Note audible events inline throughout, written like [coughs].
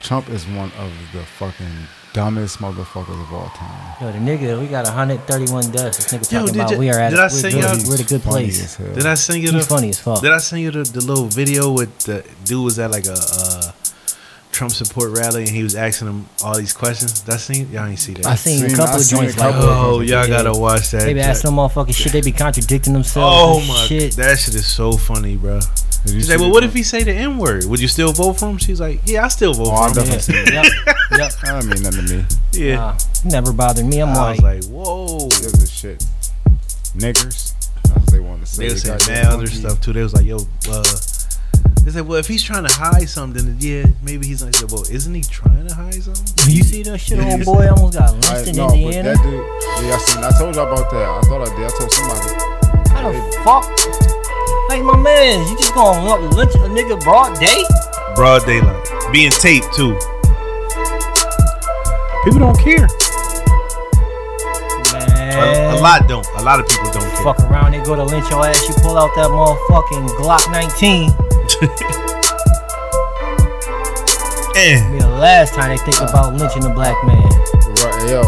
Trump is one of the fucking dumbest motherfuckers of all time. Yo, the nigga, we got 131 deaths. This nigga Yo, talking did about ya- we are at did I we're send good- y'all- we're the good Funny place. as hell. uh, Did I send you He's the funny as fuck. Did I send you the, the little video with the dude was at like a uh, Trump support rally and he was asking him all these questions? That scene y'all ain't see that. I seen seen- a I couple of seen a joints like couple of that. oh, y'all gotta watch that. They be asking them motherfucking shit. They be contradicting oh themselves. and my, shit. that shit is so funny, bro. Did you She's see like, well, the- what if he say the N word? Would you still vote for him? She's like, yeah, I still vote Oh, I for him. definitely seen it. yep, yep. I don't mean nothing to me. Yeah. Nah, you never bothered me. I'm I like, was like, whoa. This is shit. Niggers. That's what they want to say. They was saying Goddamn mad other monkey. stuff too. They was like, yo, uh, they said, well, if heys trying to hide something, then yeah, maybe he's like, well, isn't he trying to hide something? you see that shit, old boy? I almost got lynched I, in no, but Indiana. that dude. Yeah, I seen. I told you about that. I thought I did. I told somebody. How the fuck? Like my man, you just gonna lump- lynch a nigga broad day? Broad daylight, being taped too. People don't care. Man, A, a lot don't. A lot of people don't care. [laughs] Fuck around, they go to lynch your ass. You pull out that motherfucking Glock 19. Eh. Be the last time they Uh. think about lynching a black man. Right, yo,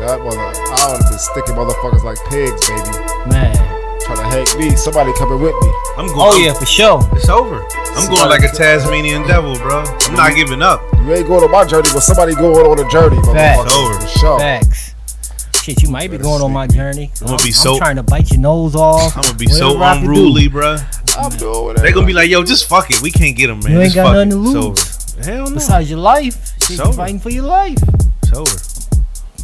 that was. I would have been sticking motherfuckers like pigs, baby. Man. Trying to hate me. Somebody coming with me. I'm going. Oh yeah, for sure. It's over. I'm going like a Tasmanian devil, bro. I'm not giving up. You ain't going on my journey, but somebody going on a journey, Facts. motherfucker. Over. For sure. Facts. Shit, you might be going on my journey. I'm gonna be so- trying to bite your nose off. I'm gonna be Whatever so I can do. unruly, bro. I'm doing whatever. They gonna be like, yo, just fuck it. We can't get him, man. You ain't Just got fuck nothing it. to It's lose. over. Hell no. Besides your life, shit, over. you fighting for your life. It's over.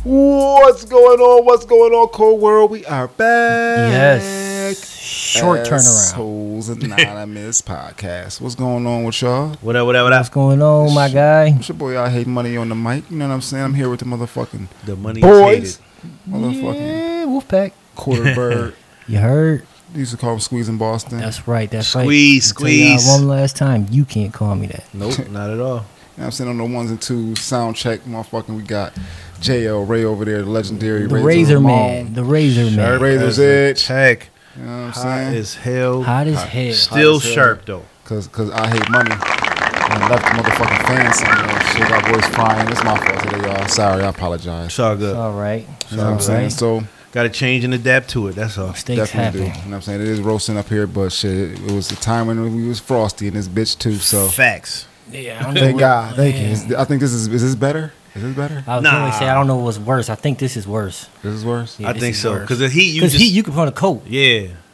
what's going on? What's going on, cold world? We are back. Yes. Short turnaround. Souls Anonymous [laughs] podcast. What's going on with y'all? What up? What up? What What's up? going on, my guy? It's your boy. I hate money on the mic. You know what I'm saying? I'm here with the motherfucking The money boys, boys. motherfucking Yeah, Wolfpack. [laughs] quarter bird. You heard? They used to call him Squeeze in Boston. That's right. That's Squeeze, right. I'll tell y'all squeeze. One last time, you can't call me that. Nope, not at all. You know what I'm saying on the ones and twos sound check, motherfucking. We got JL Ray over there, the legendary The Razor, Razor Ramon. Man. The Razor Sharp. Man. Razor's As a Edge. Heck, You know what I'm hot saying? as hell. Hot as hell. Still hot as hell. sharp though. Cause, cause I hate money. And I left the motherfucking fans some of that shit. Our voice crying. It's my fault today, y'all. Sorry, I apologize. It's all good. All right. You know what I'm saying? So Got to change and adapt to it. That's all. Mistakes definitely do. You happen. know what I'm saying? It is roasting up here, but shit, it, it was the time when we was frosty in this bitch too. So Facts. Yeah, I don't know thank what- God. Thank you. man. Is- I think this is is this better? Is this better? I was Nah. gonna say I don't know what's worse. I think this is worse. This is worse. Uh, Yeah, I this think is so. worse. Because the heat, you Because just heat, you can put on a coat. yeah,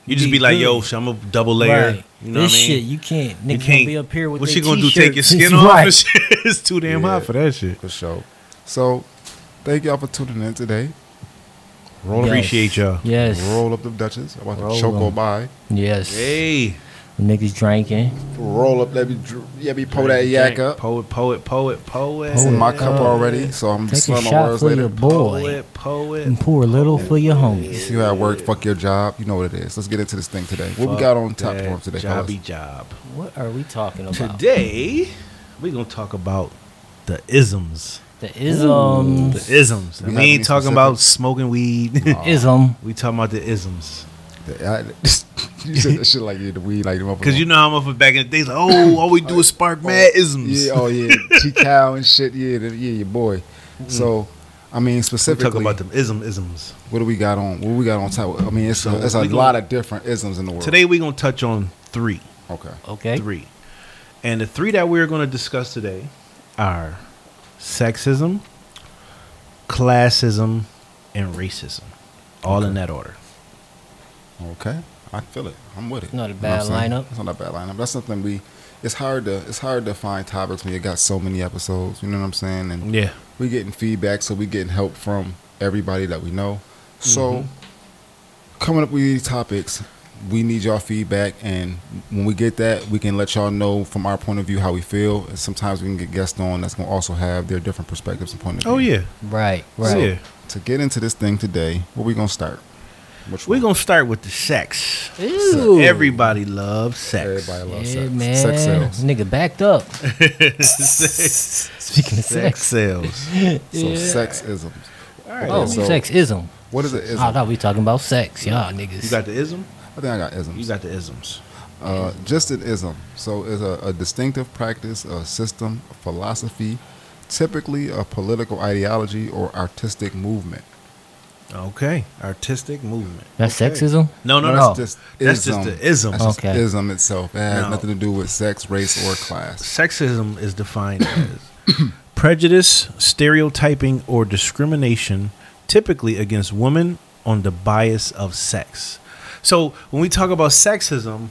you just Be be like, good. yo, sh- I'm a double layer. Right. You know this what I mean? shit, you can't. Nigga you gonna can't be up here with what they she gonna do? [laughs] Take your t-shirts. skin off? Right. and shit? [laughs] it's too damn hot for that shit. For sure. So thank y'all for tuning in today. Yes. Appreciate y'all. Yes. Roll up the Dutchess. I'm about Roll to choco them. by. Yes. Hey, Niggas drinking. Roll up. Let me dr- let me pull that yak up. poet, poet, poet, poet. It's in my Poet. cup already, so I'm Take a slurring my shot words for your later. boy. Poet, poet. And pour a little for your homies. If you at work, fuck your job. You know what it is. Let's get into this thing today. What we got on top that form today, fellas? Jobby job. What are we talking about? Today, we're gonna talk about the isms. The isms. The isms. We And have we any ain't talking about smoking weed. Ism. [laughs] we talking about the isms. I- [laughs] you said that shit like you the weed, like the motherfucker. Cause you know how much back in the days, like, [coughs] oh, all we do is spark mad isms. Yeah, oh yeah, [laughs] G Cow and shit. Yeah, the, yeah, your boy. Mm-hmm. So, I mean, We're talking specifically, about them ism isms. what do we got on? What we got on top? I mean, it's a, it's a we gonna- lot of different isms in the world Today we're gonna touch on three. Okay, Okay. Three. And the three that we're gonna discuss today are sexism, classism, and racism. All in that order. okay, I feel it. I'm with it. It's not a You know what I'm bad saying? lineup. It's not a bad lineup. That's something we. It's hard to it's hard to find topics when you got so many episodes. You know what I'm saying? And Yeah. we getting feedback, so we getting help from everybody that we know. So Mm-hmm. coming up with these topics, we need y'all feedback, and when we get that, we can let y'all know from our point of view how we feel. And sometimes we can get guests on that's gonna also have their different perspectives and point of view. Oh yeah. Right. Right. Right. Yeah. To get into this thing today, where we gonna start? Which We're one? gonna start with the sex. Ew. Everybody loves sex. Everybody loves Yeah, sex. man. Sex sales. Nigga backed up. sex. Speaking of sex. Sex sales. So Yeah. sexism. All right. Oh, Yeah, so- sexism. What is it? Ism? Ah, I thought we were talking about sex, y'all niggas. You got the ism. I think I got isms. You got the isms. Uh, just an ism. So it's a, a distinctive practice, a system, a philosophy, typically a political ideology or artistic movement. Okay. Artistic movement. That's Okay. sexism? No, no, No. no. That's just That's just ism. the ism. That's just Oh, Okay. ism itself. It has No. nothing to do with sex, race, or class. Sexism is [coughs] defined as prejudice, stereotyping, or discrimination, typically against women on the bias of sex. So when we talk about sexism,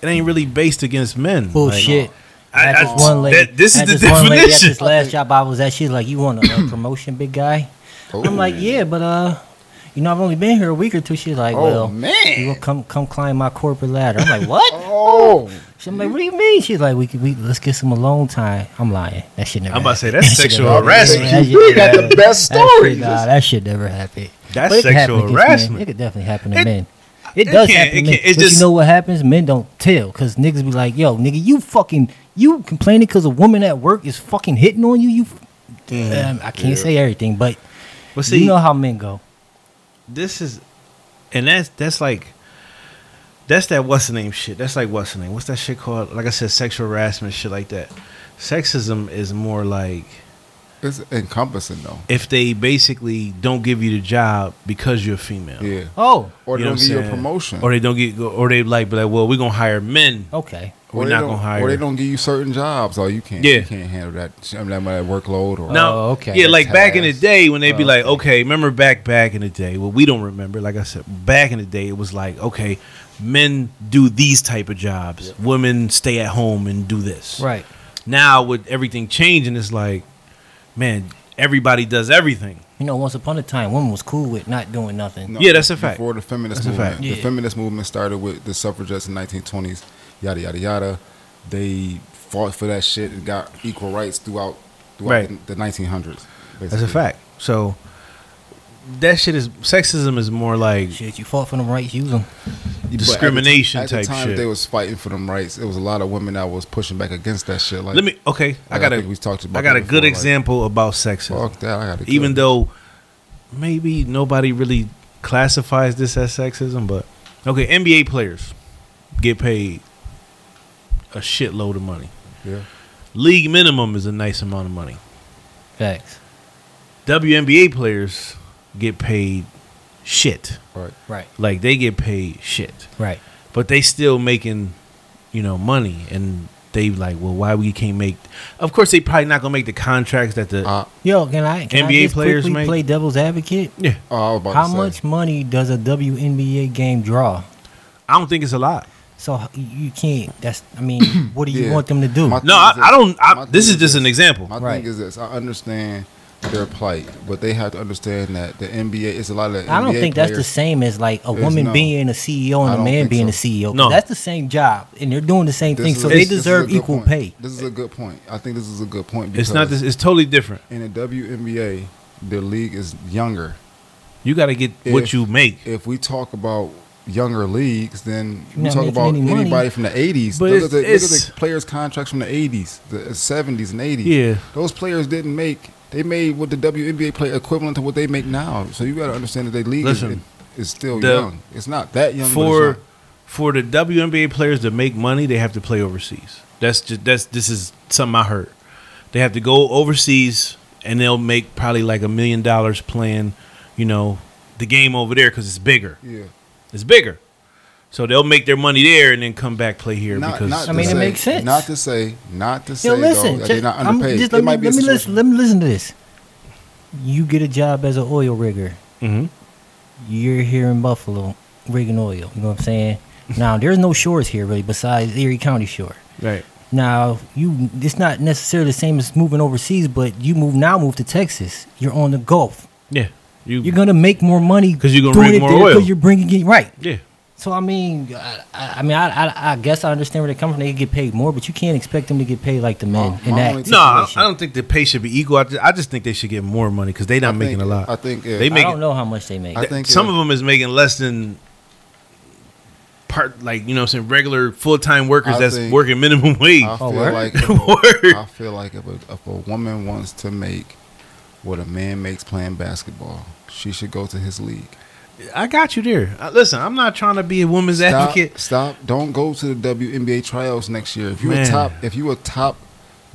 it ain't really based against men. Like, Bullshit. Oh, I- At I- this one lady, that- this is at the this one lady at this definition. last job I was at, she's like, "You want a uh, promotion, big guy?" Oh, I'm Oh. like, "Yeah, but uh, you know, I've only been here a week or two. She's like, Oh, "Well, man. you will come come climb my corporate ladder." I'm like, "What?" [laughs] Oh, She- I'm like, "What do you mean?" She's like, "We could, we let's get some alone time." I'm lying. That shit never. I'm about to say, happened. [laughs] that's That shit sexual never happened. harassment. That shit You never got the happened. best That shit- stories. nah, that shit never happened. That's But it can happen sexual against men. harassment. It could definitely happen to It- men. It, it does can't- happen it to men. can't- it's but just- you know what happens? Men don't tell because niggas be like, "Yo, nigga, you fucking you complaining because a woman at work is fucking hitting on you." You, f- Um, I can't say everything, but Well, Mm, see, you know how men go. this is, and that's that's like, that's that what's the name shit. That's like what's the name? What's that shit called? Like I said, sexual harassment, shit like that. Sexism is more like It's encompassing though. if they basically don't give you the job because you're female. Yeah. Oh, Or You they don't know what I'm give you a saying? promotion. Or they don't get, or they like, be like, well, we're gonna hire men. okay. We're they not don't- gonna hire. Or they don't give you certain jobs. Or you can't. Yeah. You can't handle that. I mean, that that workload. Or No, Oh, okay. Yeah, like back in the Task. day when they be Oh, like, okay. okay, remember back back in the day. Well, we don't remember. Like I said, back in the day, it was like, okay, men do these type of jobs. Women stay at home and do this. Right. Now with everything changing, it's like, man, everybody does everything. You know, once upon a time, women was cool with not doing nothing. No, Yeah, that's a fact. Before the feminist That's a movement, fact. the Yeah. feminist movement started with the suffragettes in 1920s. Yada yada yada. They fought for that shit and got equal rights throughout throughout Right. the 1900s. That's a basically. fact. So that shit is sexism is more like Shit, you fought for them rights, use them. But at the ti- discrimination at the type time shit. They was fighting for them rights. It was a lot of women that was pushing back against that shit. Like Let me okay. I Like, got I a think we talked about I got that a good before, like, example about sexism. fuck that. I got to even though maybe nobody really classifies this as sexism, but okay, NBA players get paid a shitload of money. yeah. League minimum is a nice amount of money. Facts. WNBA players get paid shit. Right. Right. Like they get paid shit. Right. But they still making, you know, money and they like, well, why we can't make of course they probably not gonna make the contracts that the Uh, Yo, can I can NBA I just players quickly make- play devil's advocate? Yeah. oh, I was about How to say, much money does a WNBA game draw? I don't think it's a lot. So h- you can't. That's. [clears throat] I mean, what do you Yeah. want them to do? My- No, I, I My don't I, thing this is is just this. an example. My Right. thing is this: I understand their plight, but they have to understand that the NBA is a lot of. I don't NBA think that's the players- same as like a There's woman no- being a CEO I and a don't man think being so. a CEO. No. that's the same job, and they're doing the same This thing. is- So this- they this is a deserve good equal point. pay. This is a good point. I think this is a good point. It's not because this it's totally different. In the WNBA, the league is younger. You got to get If- what you make. If we talk about younger leagues, then You're we not talk making about any money. anybody from the eighties. But Look, at the, it's- look at it's- the players' contracts from the eighties, the seventies, and eighties. Yeah. those players didn't make. They made what the WNBA play equivalent to what they make now. So you got to understand that the league is, Listen, is still the- young. It's not that young. but it's For young. for the WNBA players to make money, they have to play overseas. That's just that's this is something I heard. They have to go overseas and they'll make probably like a million dollars playing, you know, the game over there because it's bigger. yeah. It's bigger. So they'll make their money there and then come back play here because I mean, to it say, makes sense. Not to say, not to say, Yo, though, listen. that ju- they're not I'm- underpaid. It just let me might be a let me listen. situation- Let me listen to this. You get a job as an oil rigger. Mhm. You're here in Buffalo rigging oil. You know what I'm saying? now there's no shores here really besides Erie County shore. right. Now you, it's not necessarily the same as moving overseas, but you move now move to Texas. You're on the Gulf. Yeah. You You're gonna make more money 'Cause you're gonna doing rig it more there oil. 'cause you're bringing it right. yeah. So I mean, I, I I mean, I, I, I guess I understand where they come from. They get paid more, but you can't expect them to get paid like the men My- in my that. Oh, only- No, I, situation. I don't think the pay should be equal. I just, I just think they should get more money because they're I not think- making a lot. I think if, They I make don't it- know how much they make. I Th- think some it- of them is making less than part like you know what I'm saying regular full time workers I that's think- working minimum [laughs] wage. I feel Oh, word? like if, [laughs] Word. I feel like if a, if a woman [laughs] wants to make what a man makes playing basketball, she should go to his league. I got you there. Uh, listen, I'm not trying to be a woman's Stop, advocate. stop. Don't go to the WNBA tryouts next year. If you a Man. top, if you a top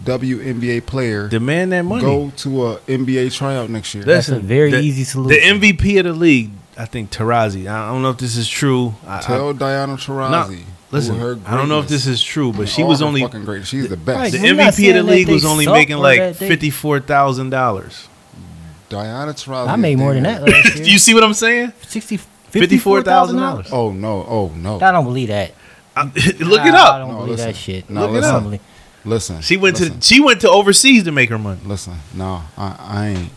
WNBA player, Demand that money. go to a NBA tryout next year. That's a very the- easy solution. The MVP of the league, I think Tarazi. I don't know if this is true. I, Tell I, Diana no, Taurasi. listen, I don't know if this is true, but she was only fucking great. She's the Right. best. the We're not MVP of saying the that league they was only suck making or like that they- fifty four thousand dollars. Diana Taurasi. I made is more than damn that good. last year. [laughs] You see what I'm saying? 60 $54,000. $54,000? Oh no! Oh no! I don't believe that. I- [laughs] Look it I- I up. don't No, believe listen. that shit. No, Look it listen. up. Probably. Listen. She went listen, to she went to overseas to make her money. Listen. No, I, I ain't.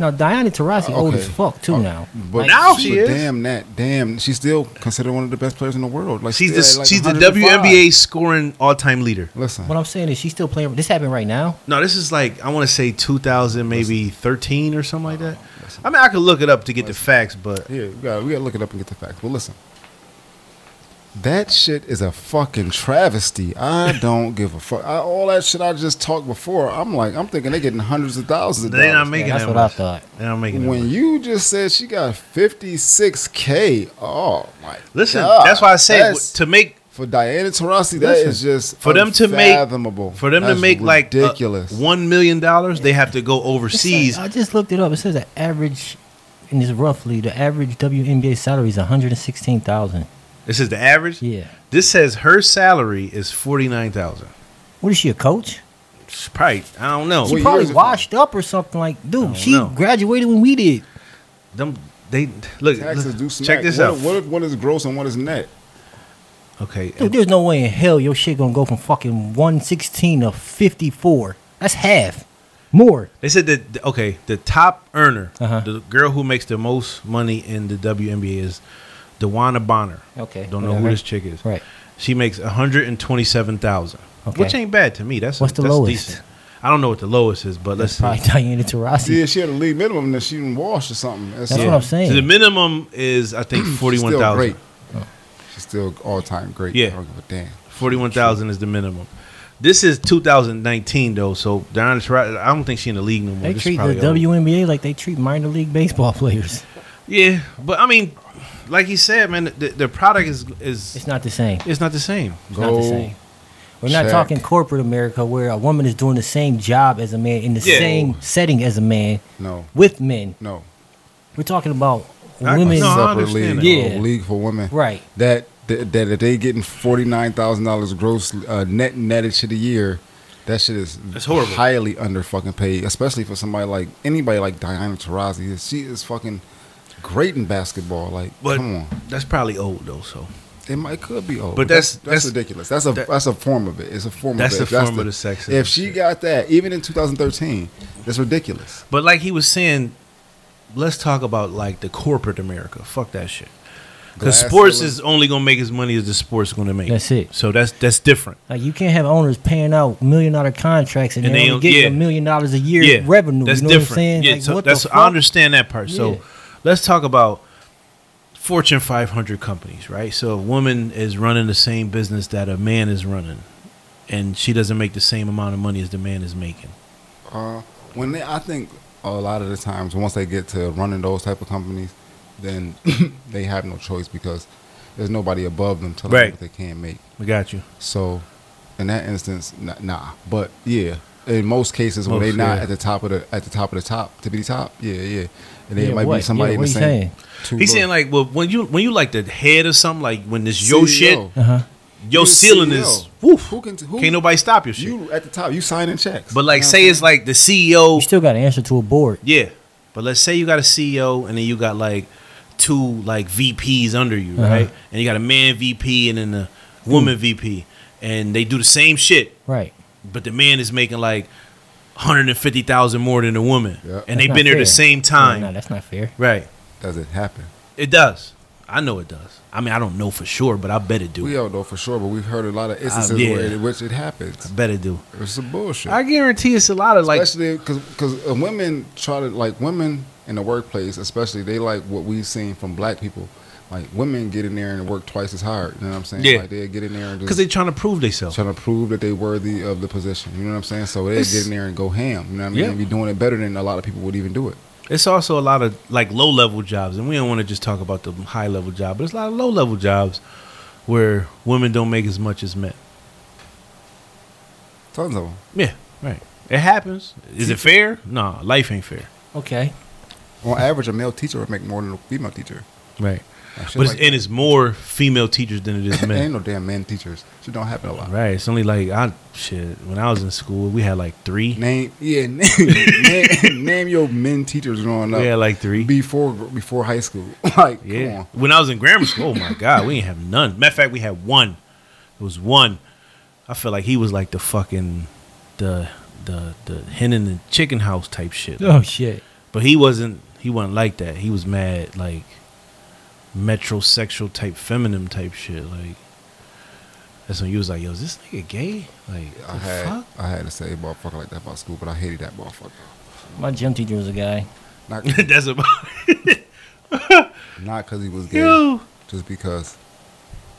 No, Diana Taurasi old as fuck too Okay. now. But Like, Now she but is. Damn that. Damn. She's still considered one of the best players in the world. Like She's still the at, like, she's the 105. WNBA scoring all time leader. Listen. What I'm saying is she's still playing. This happened right now. No, this is like I want to say 2000, maybe 13 or something like that. Oh, I mean, I could look it up to get the facts, but Yeah, we got we got to look it up and get the facts. But listen, that shit is a fucking travesty. I don't give a fuck. I, all that shit I just talked before. I'm like, I'm thinking they're getting hundreds of thousands of they're not dollars. making that's that what I much. thought. They're not making that much. When you just said she got 56k, oh my! Listen, God. that's why I say That's- to make for Diana Taurasi, that is Listen, just for them to make unfathomable. for them That's to make like uh, ridiculous. one million dollars, they have to go It's overseas. like- I just looked it up. It says the average, and it's roughly the average WNBA salary is 116,000. This is the average. Yeah. This says her salary is forty nine thousand. What is she a coach? Probably I don't know. What She year is probably it washed up or something like. don't Dude, she know. graduated when we did. Them they look. taxes do look smack. check this what, out. What if one is gross and one is net? Okay, Dude, there's no way in hell your shit gonna go from fucking 116 to 54. That's half, more. they said that the- okay, the top earner, Uh-huh. the girl who makes the most money in the WNBA is Dewana Bonner. Okay, don't know yeah, who right. this chick is. Right. She makes one hundred and twenty seven thousand, Okay. which ain't bad to me. That's What's the that's lowest? Decent. I don't know what the lowest is, but let's That's see. probably Diana Taurasi. See, if she had a league minimum, then she didn't wash or something. That's all. what I'm So saying. the minimum is I think [clears throat] She's forty-one still great. Oh. thousand. She's still all time great. Yeah. I don't give a damn. Forty-one thousand is the minimum. This is 2019 though, so Diana Taurasi. I don't think she in the league no more. they This is treat the probably old. WNBA like they treat minor league baseball [laughs] players. Yeah, but I mean, like he said, man, the, the product is is It's it's, not the same. not the same. It's not Go the same. We're not check. talking corporate America where a woman is doing the same job as a man in the Yeah. same setting as a man No, with men. no. We're talking about I- women. A No, I separate understand league, that. a Yeah. league for women. Right. That that, that if they getting forty nine thousand dollars gross uh, net netted to the year, that shit is That's horrible. Highly under fucking paid, especially for somebody like anybody like Diana Taurasi. She is fucking great in basketball. Like, But come on, that's probably old though. So it might it could be old. But that's- that's that's, that's- ridiculous. That's a that- that's a form of it. It's a form That's of it. the If form of the sexism If she shit. got that, even in 2013, that's ridiculous. But like he was saying, let's talk about like the corporate America. Fuck that shit. Because Glass sports ceiling. is only gonna make as money as the sports gonna make. That's it. So that's that's different. Like you can't have owners paying out million dollar contracts and, And they they only don't- getting yeah. a million dollars a year Yeah, revenue. That's you know different. what I'm saying? Yeah, like, so what that's the fuck? I understand that part. Yeah. So let's talk about Fortune 500 companies, right? So a woman is running the same business that a man is running, and she doesn't make the same amount of money as the man is making. Uh, when they, I think a lot of the times, once they get to running those type of companies, then [clears throat] they have no choice because there's nobody above them telling Right. them what they can make. We got you. So, in that instance, nah. nah. But yeah, in most cases, when Most, they not yeah. at the top of the at the top of the top, tippity top, yeah, yeah, and then Yeah, it might what? be somebody Yeah, in what the you same. saying? two He's low- saying like, well, when you when you like the head of something, like when this yo shit, CEO. Uh-huh. your You ceiling CEO. E is woof. Who can who, Can't nobody stop your shit. you at the top? You signing checks, but like, You know say it's like the CEO. You still got to answer to a board. Yeah, but let's say you got a CEO and then you got like two like VPs under you, Uh-huh. right? And you got a man VP and then a woman Hmm. VP, and they do the same shit, Right. but the man is making like hundred and fifty thousand more than the woman, Yeah. and That's they've not been there fair. the same Yeah, no, time, that's not fair. right? does it happen? It does. I know it does. I mean, I don't know for sure, but I bet it do. We don't know for sure, but we've heard a lot of Ah, instances yeah. where in which it happens. I bet it do. It's some bullshit. I guarantee it's a lot of like especially because women try to like women in the workplace, especially they like what we've seen from black people. Like women get in there and work twice as hard. You know what I'm saying? Yeah. Like they get in there and because just they're trying to prove themselves. trying to prove that they worthy of the position. You know what I'm saying? So they It's- get in there and go ham. You know what I mean? Yeah. They be doing it better than a lot of people would even do it. It's also a lot of like low level jobs, and we don't want to just talk about the high level job, but it's a lot of low level jobs where women don't make as much as men. Tons of them. Yeah, right. It happens. Is it fair? No, life ain't fair. Okay. On average, a male teacher would make more than a female teacher. Right. Like, shit But it's, like and it's more female teachers than it is that. ain't men. no damn men teachers. Shit don't happen a lot. Right. It's only like I shit. When I was in school, we had like three. Name yeah, [laughs] name, name, name your men teachers growing up We had like three. before before high school. [laughs] like, Yeah. come on. When I was in grammar school, oh my [laughs] God, we didn't have none. Matter of fact, we had one. It was one. I feel like he was like the fucking the the the hen in the chicken house type shit. Oh shit. But he wasn't he wasn't like that. He was mad like metrosexual type feminine type shit. Like that's when you was like, yo, is this nigga gay? Like I the had [laughs] fuck? [laughs] I had to say motherfucker like that about school, but I hated that motherfucker. My gym teacher was a guy. [laughs] Not that's about not because he was gay, you. just because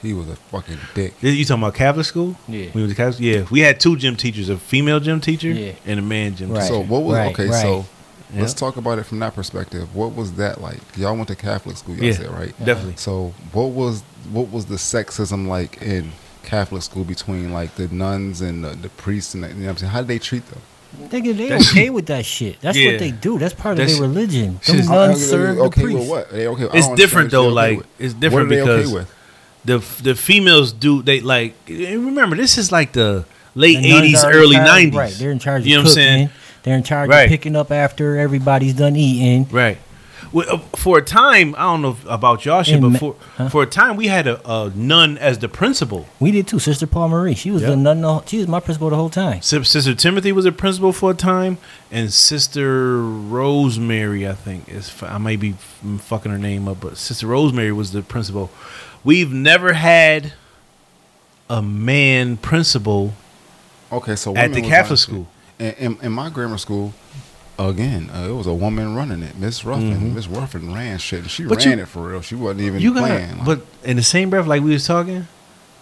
he was a fucking dick. You talking about Catholic school? Yeah. We was Catholic? Yeah. We had two gym teachers, a female gym teacher Yeah. and a man gym Right. teacher. So what was right, okay? right. So Yeah. let's talk about it from that perspective. What was that like? Y'all went to Catholic school, y'all Yeah. said right? Definitely. So what was what was the sexism like in Catholic school between like the nuns and the, the priests and the, you know what I'm saying? How did they treat them? Nigga, they That's- okay with that shit. That's Yeah. what they do. That's part That's- of their religion. shit. Them nuns serve the okay priest. with what? They okay, I It's don't different understand what though. they okay Like with. it's what different are they because okay with? the f- the females do they like and remember this is like the late The nuns eighties, are in early charge- nineties. Right. They're in charge You know of what I'm cooking. saying? They're in charge Right. of picking up after everybody's done eating. Right. Well, uh, For a time, I don't know if- about y'all shit, In but Ma- for, huh? for a time we had a, a nun as the principal. We did too. Sister Paul Marie. She was Yeah. the nun. The, she was my principal the whole time. Sis- Sister Timothy was a principal for a time, and Sister Rosemary, I think is f- I may be f- fucking her name up, but Sister Rosemary was the principal. We've never had a man principal Okay, so at women the was Catholic running shit. school. In, in, in my grammar school, again, uh, it was a woman running it. Miss Ruffin, Miss Ruffin ran shit, and she Mm-hmm. But ran you- it for real. She wasn't even You playing. got, like- but in the same breath, like we was talking,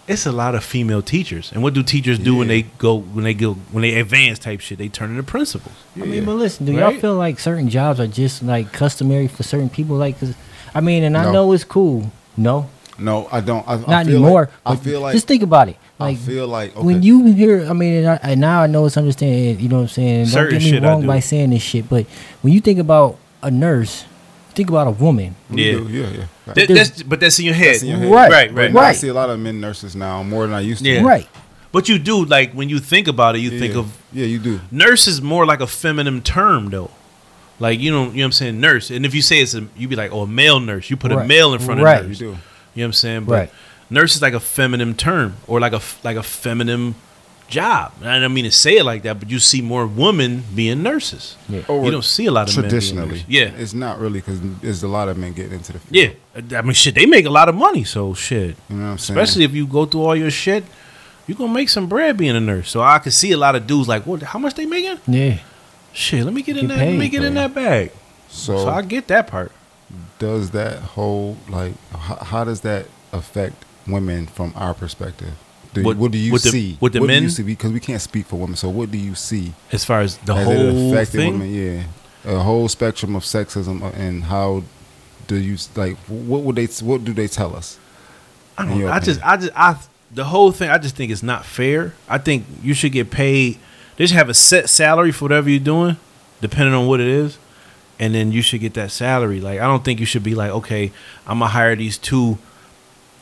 it's a lot of female teachers. And what do teachers do when Yeah. they go when they go when they advance type shit? They turn into principals. I mean, but listen, do Right? y'all feel like certain jobs are just like customary for certain people? Like, 'cause- I mean, and I No. know it's cool. No, no, I don't. I, I not feel anymore. Like, I but feel like just think about it. I Like feel like okay, when you hear, I mean, and, I, and now I know it's understanding. You know what I'm saying? Don't Certain get me shit I wrong do. by saying this shit, but when you think about a nurse, think about a woman. we Yeah. do, yeah, yeah. Right. That- There's- that's but that's in your head. That's in your head. Right, right, But right, now I right. see a lot of men nurses now more than I used to. Yeah. Right. But you do like when you think about it, you Yeah, think yeah. of yeah, you do. nurse is more like a feminine term though. Like you know, you know what I'm saying, nurse. And if you say it's a, you be like, oh, a male nurse. You put a Right. male in front Right. of You nurse. do. You know what I'm saying? But Right. nurse is like a feminine term or like a f- like a feminine job. And I don't mean to say it like that, but you see more women being nurses. Yeah. Or you don't see a lot of men being Traditionally, nurses. yeah, it's not really because there's a lot of men getting into the field. yeah. I mean, shit, they make a lot of money, so shit. You know what I'm saying? Especially if you go through all your shit, you gonna make some bread being a nurse. So I could see a lot of dudes like, what? How much they making? Yeah. Shit, let me get in Get that. let me paid, get in that bag. So, I get that part. does that whole like how, how does that affect women from our perspective? Do, What- what, do you with the- see? with the what do men? you see? Because we can't speak for women, so what do you see? As far as the as whole thing, women? Yeah, a whole spectrum of sexism, uh, and how do you like? What would they? What do they tell us? I in don't. your I just. opinion? I just. I. The whole thing. I just think it's not fair. I think you should get paid. They should have a set salary for whatever you're doing, depending on what it is, and then you should get that salary. Like I don't think you should be like, okay, I'm gonna hire these two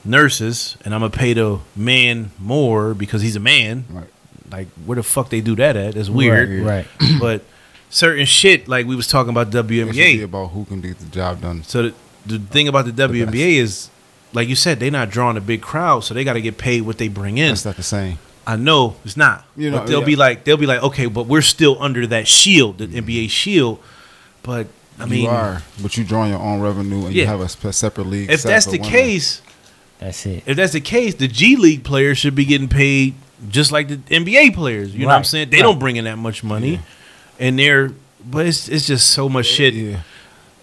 nurses, and I'm gonna pay the man more because he's a man. Right. Like where the fuck they do that at? That's weird. Right. but certain shit, like we was talking about E It WNBA. should be about who can get the job done. So the, the thing about the WNBA is, like you said, they're not drawing a big crowd, so they got to get paid what they bring in. That's not the same. I know it's not. You but know, they'll yeah. Mm-hmm. be like, they'll be like, okay, but we're still under that shield, the NBA shield. But I mean, you are, but you drawing your own revenue, and you Yeah. have a spe- separate league. if set that's for the women. case, That's it. if that's the case, the G League players should be getting paid just like the NBA players. You know what I'm Right, saying? They right. don't bring in that much money, and they're but it's it's just so much shit. yeah.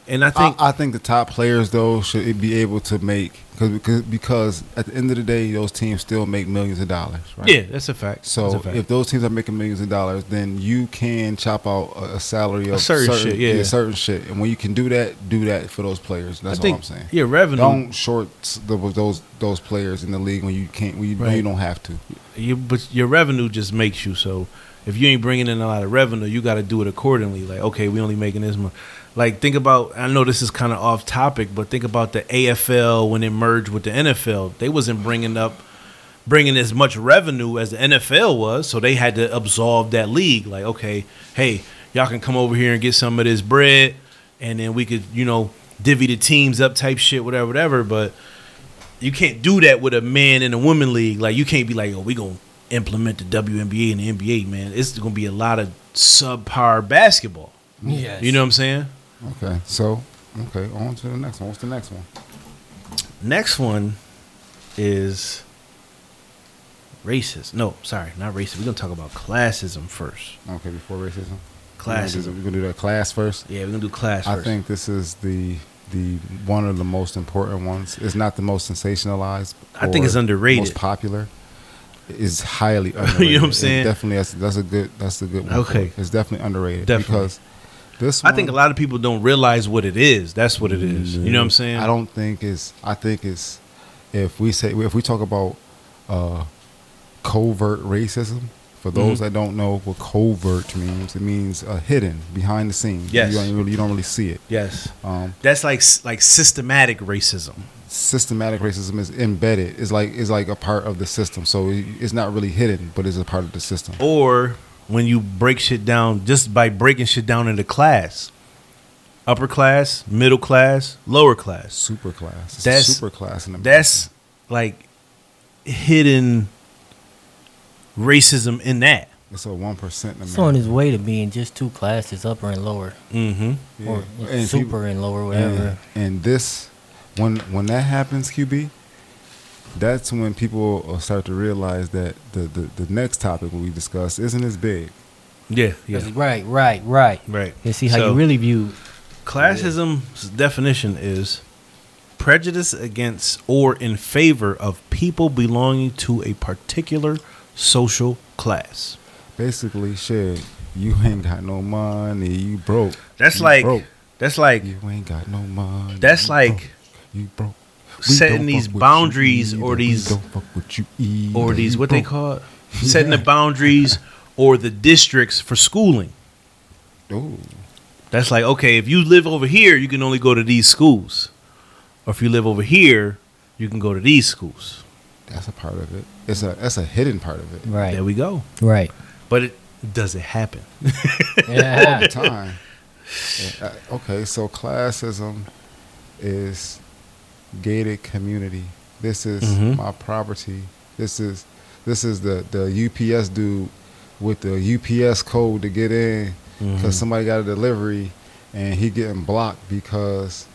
And I I think think, I, think the top players though should be able to make cause, because because at the end of the day those teams still make millions of dollars, right? yeah, that's a fact. That's So a fact. if those teams are making millions of dollars, then you can chop out a, a salary of certain shit, yeah. certain shit. And when you can do that, do that for those players. That's I think all I'm saying. yeah, revenue. Don't short s- the, those those players in the league when you can't when you, when Right. you don't have to. you but your revenue just makes you so if you ain't bringing in a lot of revenue you got to do it accordingly like okay we only making this much like think about i know this is kind of off topic but think about the afl when it merged with the nfl they wasn't bringing up bringing as much revenue as the nfl was so they had to absolve that league like okay hey y'all can come over here and get some of this bread and then we could you know divvy the teams up type shit whatever whatever but you can't do that with a man and a woman league. Like you can't be like, oh, we gonna implement the WNBA and the NBA, man. It's gonna be a lot of subpar basketball. Yes. You know what I'm saying? Okay, so okay, on to the next one. What's the next one? Next one is racist. No, sorry, not racist. We're gonna talk about classism first. Okay, before racism. Classism. We're gonna do that class first. Yeah, we're gonna do class I first. think this is the the one of the most important ones. It's not the most sensationalized. I think it's or underrated. Most popular is [laughs] highly underrated. what I'm It's saying? definitely, that's, that's a good that's a good one. Okay. it's definitely underrated Definitely. because this. I One, think a lot of people don't realize what it is. That's what it is. You know what I'm saying? Mm-hmm. I don't think it's. I think it's. If we say if we talk about uh, covert racism, for those Mhm. that don't know what covert means, it means uh, hidden, behind the scenes. Yes. you don't really, you don't really see it. Yes. Um, That's like s- like systematic racism. systematic racism is embedded. It's like it's like a part of the system. So it- it's not really hidden, but it's a part of the system. or when you break shit down just by breaking shit down into class upper class middle class lower class Super class. It's That's- a super class. In America. that's like hidden racism in that it's a one percent. It's on his way to being just two classes, upper and lower, mm-hmm or super and lower, whatever. And, and this, when when that happens, QB, that's when people will start to realize that the the, the next topic we discuss isn't as big. yeah yeah 'Cause- Right, right, right. right You see how So, you really view. classism's definition is prejudice against or in favor of people belonging to a particular social class Basically, shit, you ain't got no money. You broke. that's You like broke. that's like You ain't got no money. That's you Oh. like broke. you broke. setting don't these fuck with you boundaries or either. We these- don't fuck with you either. or these You what they broke. call it, setting the boundaries or the districts for schooling. Ooh. That's like okay, if you live over here, you can only go to these schools, or if you live over here, you can go to these schools. That's a part of it. It's a that's a hidden part of it. Right, There we go. right. But it does it happen? [laughs] All the [laughs] Yeah. time. Uh, okay, so classism is gated community. This is Mhm. my property. This is this is the the UPS dude with the UPS code to get in because Mhm. somebody got a delivery and he getting blocked because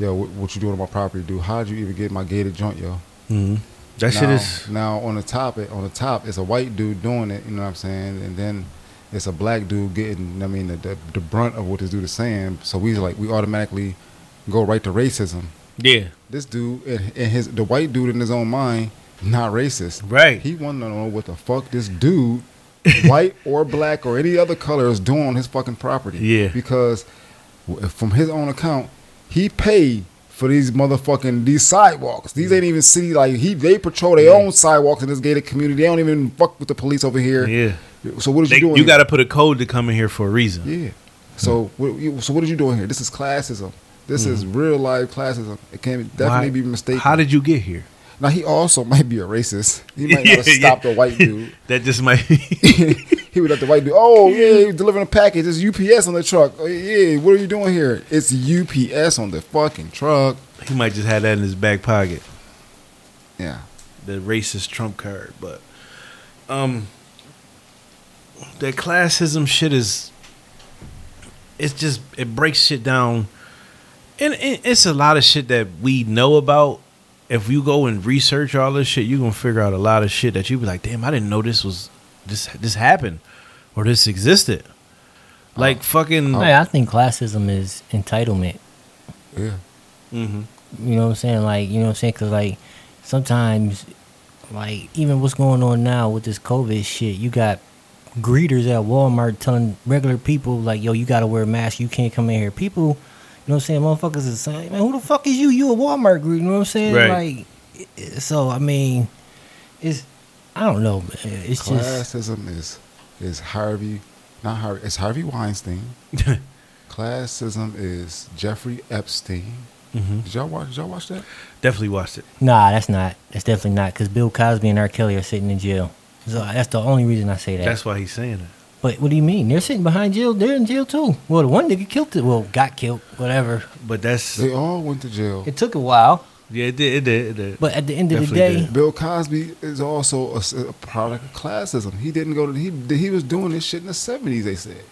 yo what, what you doing on my property, dude? How'd you even get my gated joint, yo? Mm-hmm. That now, shit is now on the top on the top it's a white dude doing it you know what i'm saying and then it's a black dude getting i mean the, the, the brunt of what this dude is saying so we like we automatically go right to racism yeah, this dude and, and his the white dude in his own mind not racist Right. he wanted to know what the fuck this dude [laughs] white or black or any other color is doing on his fucking property Yeah. because w- from his own account he paid for these motherfucking these sidewalks these ain't even city like he they patrol their own sidewalks in this gated community they don't even fuck with the police over here yeah. so what is They- you doing you Mm. here? got to put a code to come in here for a reason. Yeah. So what you, so what are you doing here? This is classism. This is real life classism. It can definitely Mm. Why- be mistaken. How did you get here? now he also [laughs] might be a racist. He might not have stopped a white dude. [laughs] that just might. [laughs] he would let the white dude. Oh yeah, he was delivering a package. There's UPS on the truck. Oh, yeah, what are you doing here? It's UPS on the fucking truck. he might just have that in his back pocket. Yeah. the racist Trump card, but um, that classism shit is it's just it breaks shit down, and it, it's a lot of shit that we know about. If you go and research all this shit, you're gonna figure out a lot of shit that you be like, damn, I didn't know this was this this happened or this existed. Like fucking Oh. Hey, I think classism is entitlement. Yeah. Mm-hmm. [laughs] You know what I'm saying? Like, you know what I'm saying? Because, like, sometimes, like, even what's going on now with this COVID shit, you got greeters at Walmart telling regular people, like, yo, you got to wear a mask. You can't come in here. People, you know what I'm saying? Motherfuckers is saying, man, who the fuck is you? You a Walmart greeter. You know what I'm saying? Right. Like, i- i- so, I mean, it's, I don't know, man. It's just, Classism is is Harvey, not Harvey. It's Harvey Weinstein. Classism is Jeffrey Epstein. Mm-hmm. Did y'all watch? Did y'all watch that? Definitely watched it. nah, that's not, that's definitely not. Because Bill Cosby and R. Kelly are sitting in jail. So that's the only reason I say that. That's why he's saying it. But what do you mean? They're sitting behind jail. They're in jail too. Well, the one nigga killed it. Well, got killed. Whatever. But that's They all went to jail. It took a while, yeah, it did, it did, it did. but at the end of the Definitely day, did. Bill Cosby is also a, s- a product of classism. He didn't go to he he was doing this shit in the seventies. They said.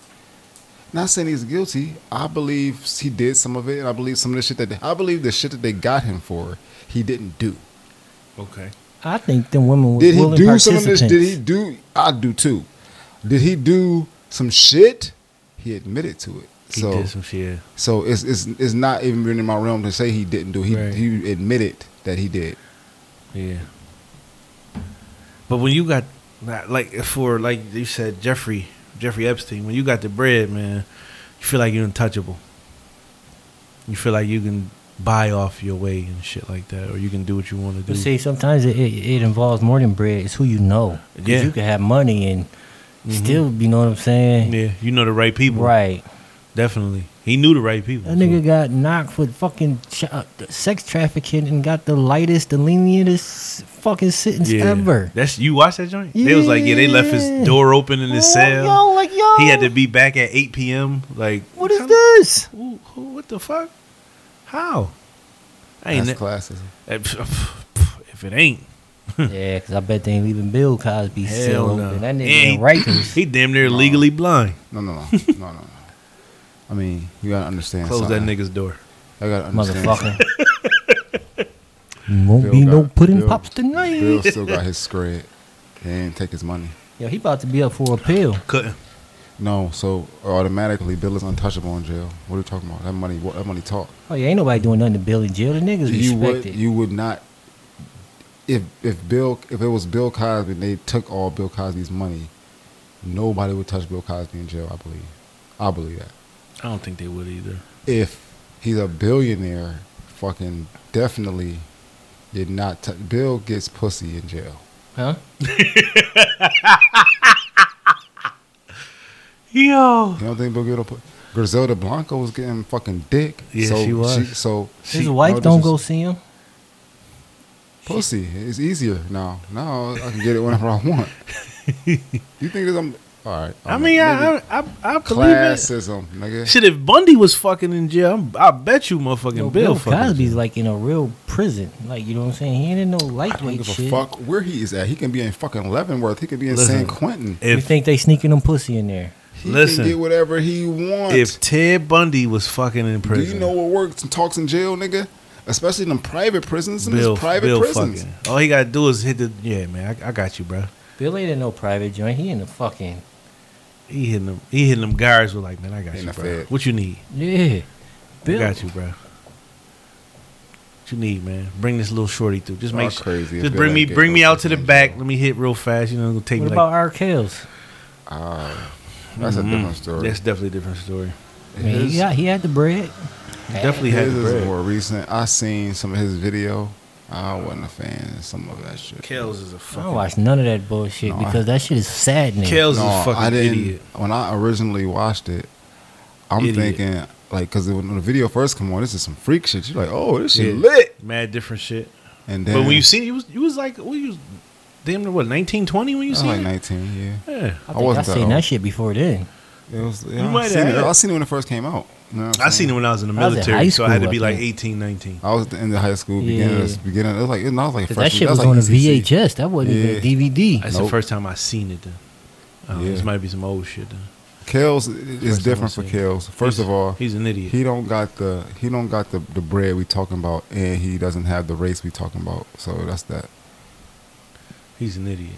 Not saying he's guilty. I believe he did some of it, and I believe some of the shit that I believe the shit that they got him for, he didn't do. okay, I think them women was Did he willing do some of participants. this? Did he do? I do too. Did he do some shit? He admitted to it. he so did some shit. so it's, it's it's not even really in my realm to say he didn't do. He Right. he admitted that he did. Yeah. But when you got like for like you said Jeffrey Jeffrey Epstein, when you got the bread, man, you feel like you're untouchable. You feel like you can buy off your way and shit like that, or you can do what you want to do. But see, sometimes it, it, it involves more than bread. It's who you know. 'Cause Yeah. Mm-hmm. you can have money and still, you know what I'm saying? yeah, you know the right people, Right. Definitely, he knew the right people. That nigga so- got knocked for fucking ch- uh, sex trafficking and got the lightest, the lenientest fucking sentence yeah. ever. That's you watch that joint. They was like, yeah, they left Yeah. his door open in his Oh, cell. Yo, like yo, He had to be back at eight p.m. Like What is this? Who, who, what the fuck? How? I ain't That's ne- classism. Eh, pff, pff, pff, if it ain't Yeah, because I bet they ain't leaving Bill Cosby still hell open. no. That nigga And [laughs] in Rikers. He damn near legally blind. No, no, [laughs] no, no, no. no. I mean, you gotta understand. Close that something. nigga's door. I gotta understand. Motherfucker. [laughs] Won't Bill be got- no pudding Bill- pops tonight. [laughs] Bill still got his scred. They didn't take his money. Yo, he about to be up for appeal. Couldn't. No, so automatically Bill is untouchable in jail. What are you talking about? That money, what, that money talk. Oh yeah, ain't nobody doing nothing to Bill in jail. The niggas You would, respected. you would not. If if Bill, if it was Bill Cosby, and they took all Bill Cosby's money. Nobody would touch Bill Cosby in jail. I believe. I believe that. I don't think they would either. if he's a billionaire, fucking definitely did not. T- Bill gets pussy in jail. huh? Yo. You don't think Bill get a pussy? Griselda Blanco was getting fucking dick. Yeah, so she was. so His She- wife no, don't this go is- see him. pussy. It's easier now. Now I can get it whenever I [laughs] want. you think that I'm all right? I mean, I, nigga, I, I, I believe it. classism, nigga. Shit, if Bundy was fucking in jail, I'm, I bet you motherfucking Yo, Bill, Bill, fucking. Cosby's like in a real prison. Like you know what I'm saying? He ain't in no I don't lightweight give shit. a fuck where he is at. He can be in fucking Leavenworth. He can be in Listen. San Quentin. You If, think they sneaking them pussy in there? He Listen. can get whatever he wants. if Ted Bundy was fucking in Do prison, you know what works and talks in jail, nigga? Especially in them private prisons. Them Bill, is private Bill prisons. fucking. All he gotta do is hit the. Yeah, man, I, I got you, bro. Bill ain't in no private joint. He in the fucking He hitting them. He hitting them guards with like, man, I got In you, the bro. Fed. What you need? yeah. Bill, I got you, bro. What you need, man? Bring this little shorty through. Just Y'all make sure. crazy if Just Bill bring ain't me, get bring no me out to the fucking back. job. Let me hit real fast. You know, it's gonna take What me about like. R. Kells? Ah, that's Mhm. a different story. That's definitely a different story. I mean, he, got, he had the bread. definitely had his the is bread. more recent. I seen some of his video. I wasn't a fan of some of that shit. Kels is a I don't fucking. watch none of that bullshit No, I- because that shit is saddening. Kels No, is a I fucking didn't. idiot. When I originally watched it, I'm Idiot. thinking like, cause when the video first come on, this is some freak shit. You're like, oh, this shit Yeah. lit. Mad different shit. And then, But when you seen, it, you was you was like, what you was damn near what 19, 20 when I you was seen like it. 19, yeah. Yeah, I I think I, wasn't that seen old. that shit before then. It was, yeah, You I might seen have. it. I seen it when it first came out. You know what I'm I saying? seen it when I was in the I was in military, high so I had to school, be I like think. Oh, 18, 19. I was at the end of high school, beginning Yeah. of beginning. It was like, it was like 'Cause freshman- that shit was was like on a ECC. VHS. That wasn't Yeah. even a DVD. That's Nope. the first time I seen it. Then I don't know, Yeah. this might be some old shit. Then. Kels is First different for time I seen it. Kels. First He's- of all, he's an idiot. he don't got the he don't got the, the bread we talking about, and he doesn't have the race we talking about. So that's that. He's an idiot.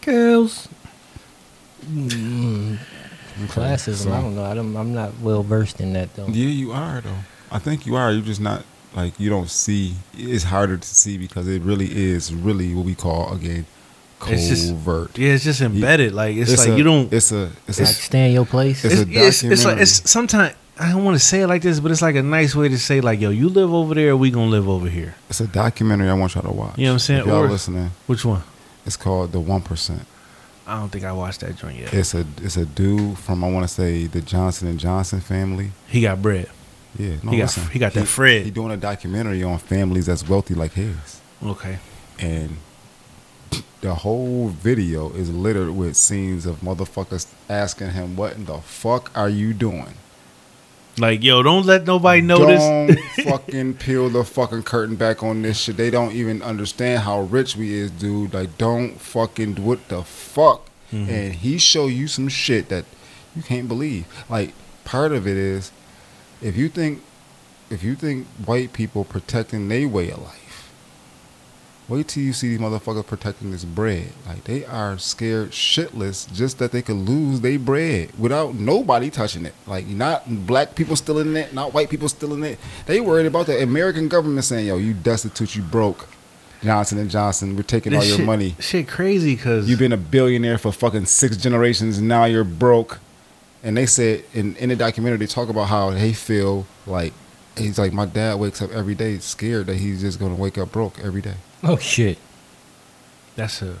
Kells. Mm, Okay, classism. so- I don't know. I don't, I'm not well versed in that though. Yeah, you are though. I think you are. You're just not like you don't see. It's harder to see because it really is really what we call again covert. It's just- Yeah, it's just embedded. Like it's, like a- you don't. It's It's, a. It's, Like a, stay in your place. It's a yeah, it's, it's like documentary. it's sometimes I don't want to say it like this, but it's like a nice way to say like, yo, you live over there, we gonna live over here. it's a documentary. I want y'all to watch. You know what I'm saying? If y'all Or- listening, Which one? it's called the One Percent. I don't think I watched that joint yet. It's a. It's a dude from I want to say the Johnson and Johnson family. He got bread. Yeah, no, He got- listen, he got that Fred. He doing a documentary on families that's wealthy like his, Okay. and the whole video is littered with scenes of motherfuckers asking him, "What in the fuck are you doing?" Like, yo, don't let nobody notice. [laughs] Don't fucking peel the fucking curtain back on this shit. They don't even understand how rich we is, dude. Like, don't fucking do what the fuck. And he show you some shit that you can't believe. Like, part of it is if you think if you think white people protecting their way of life, wait till you see these motherfuckers protecting this bread. Like they are scared shitless just that they could lose their bread without nobody touching it. Like not black people stealing it, not white people stealing it. They worried about the American government saying, "Yo, you destitute, you broke." Johnson and Johnson, we're taking all This your shit, money. Shit, crazy because You've been a billionaire for fucking six generations. And now you're broke. And they said in, in the documentary, they talk about how they feel like he's like my dad wakes up every day scared that he's just gonna wake up broke every day. oh shit. That's a.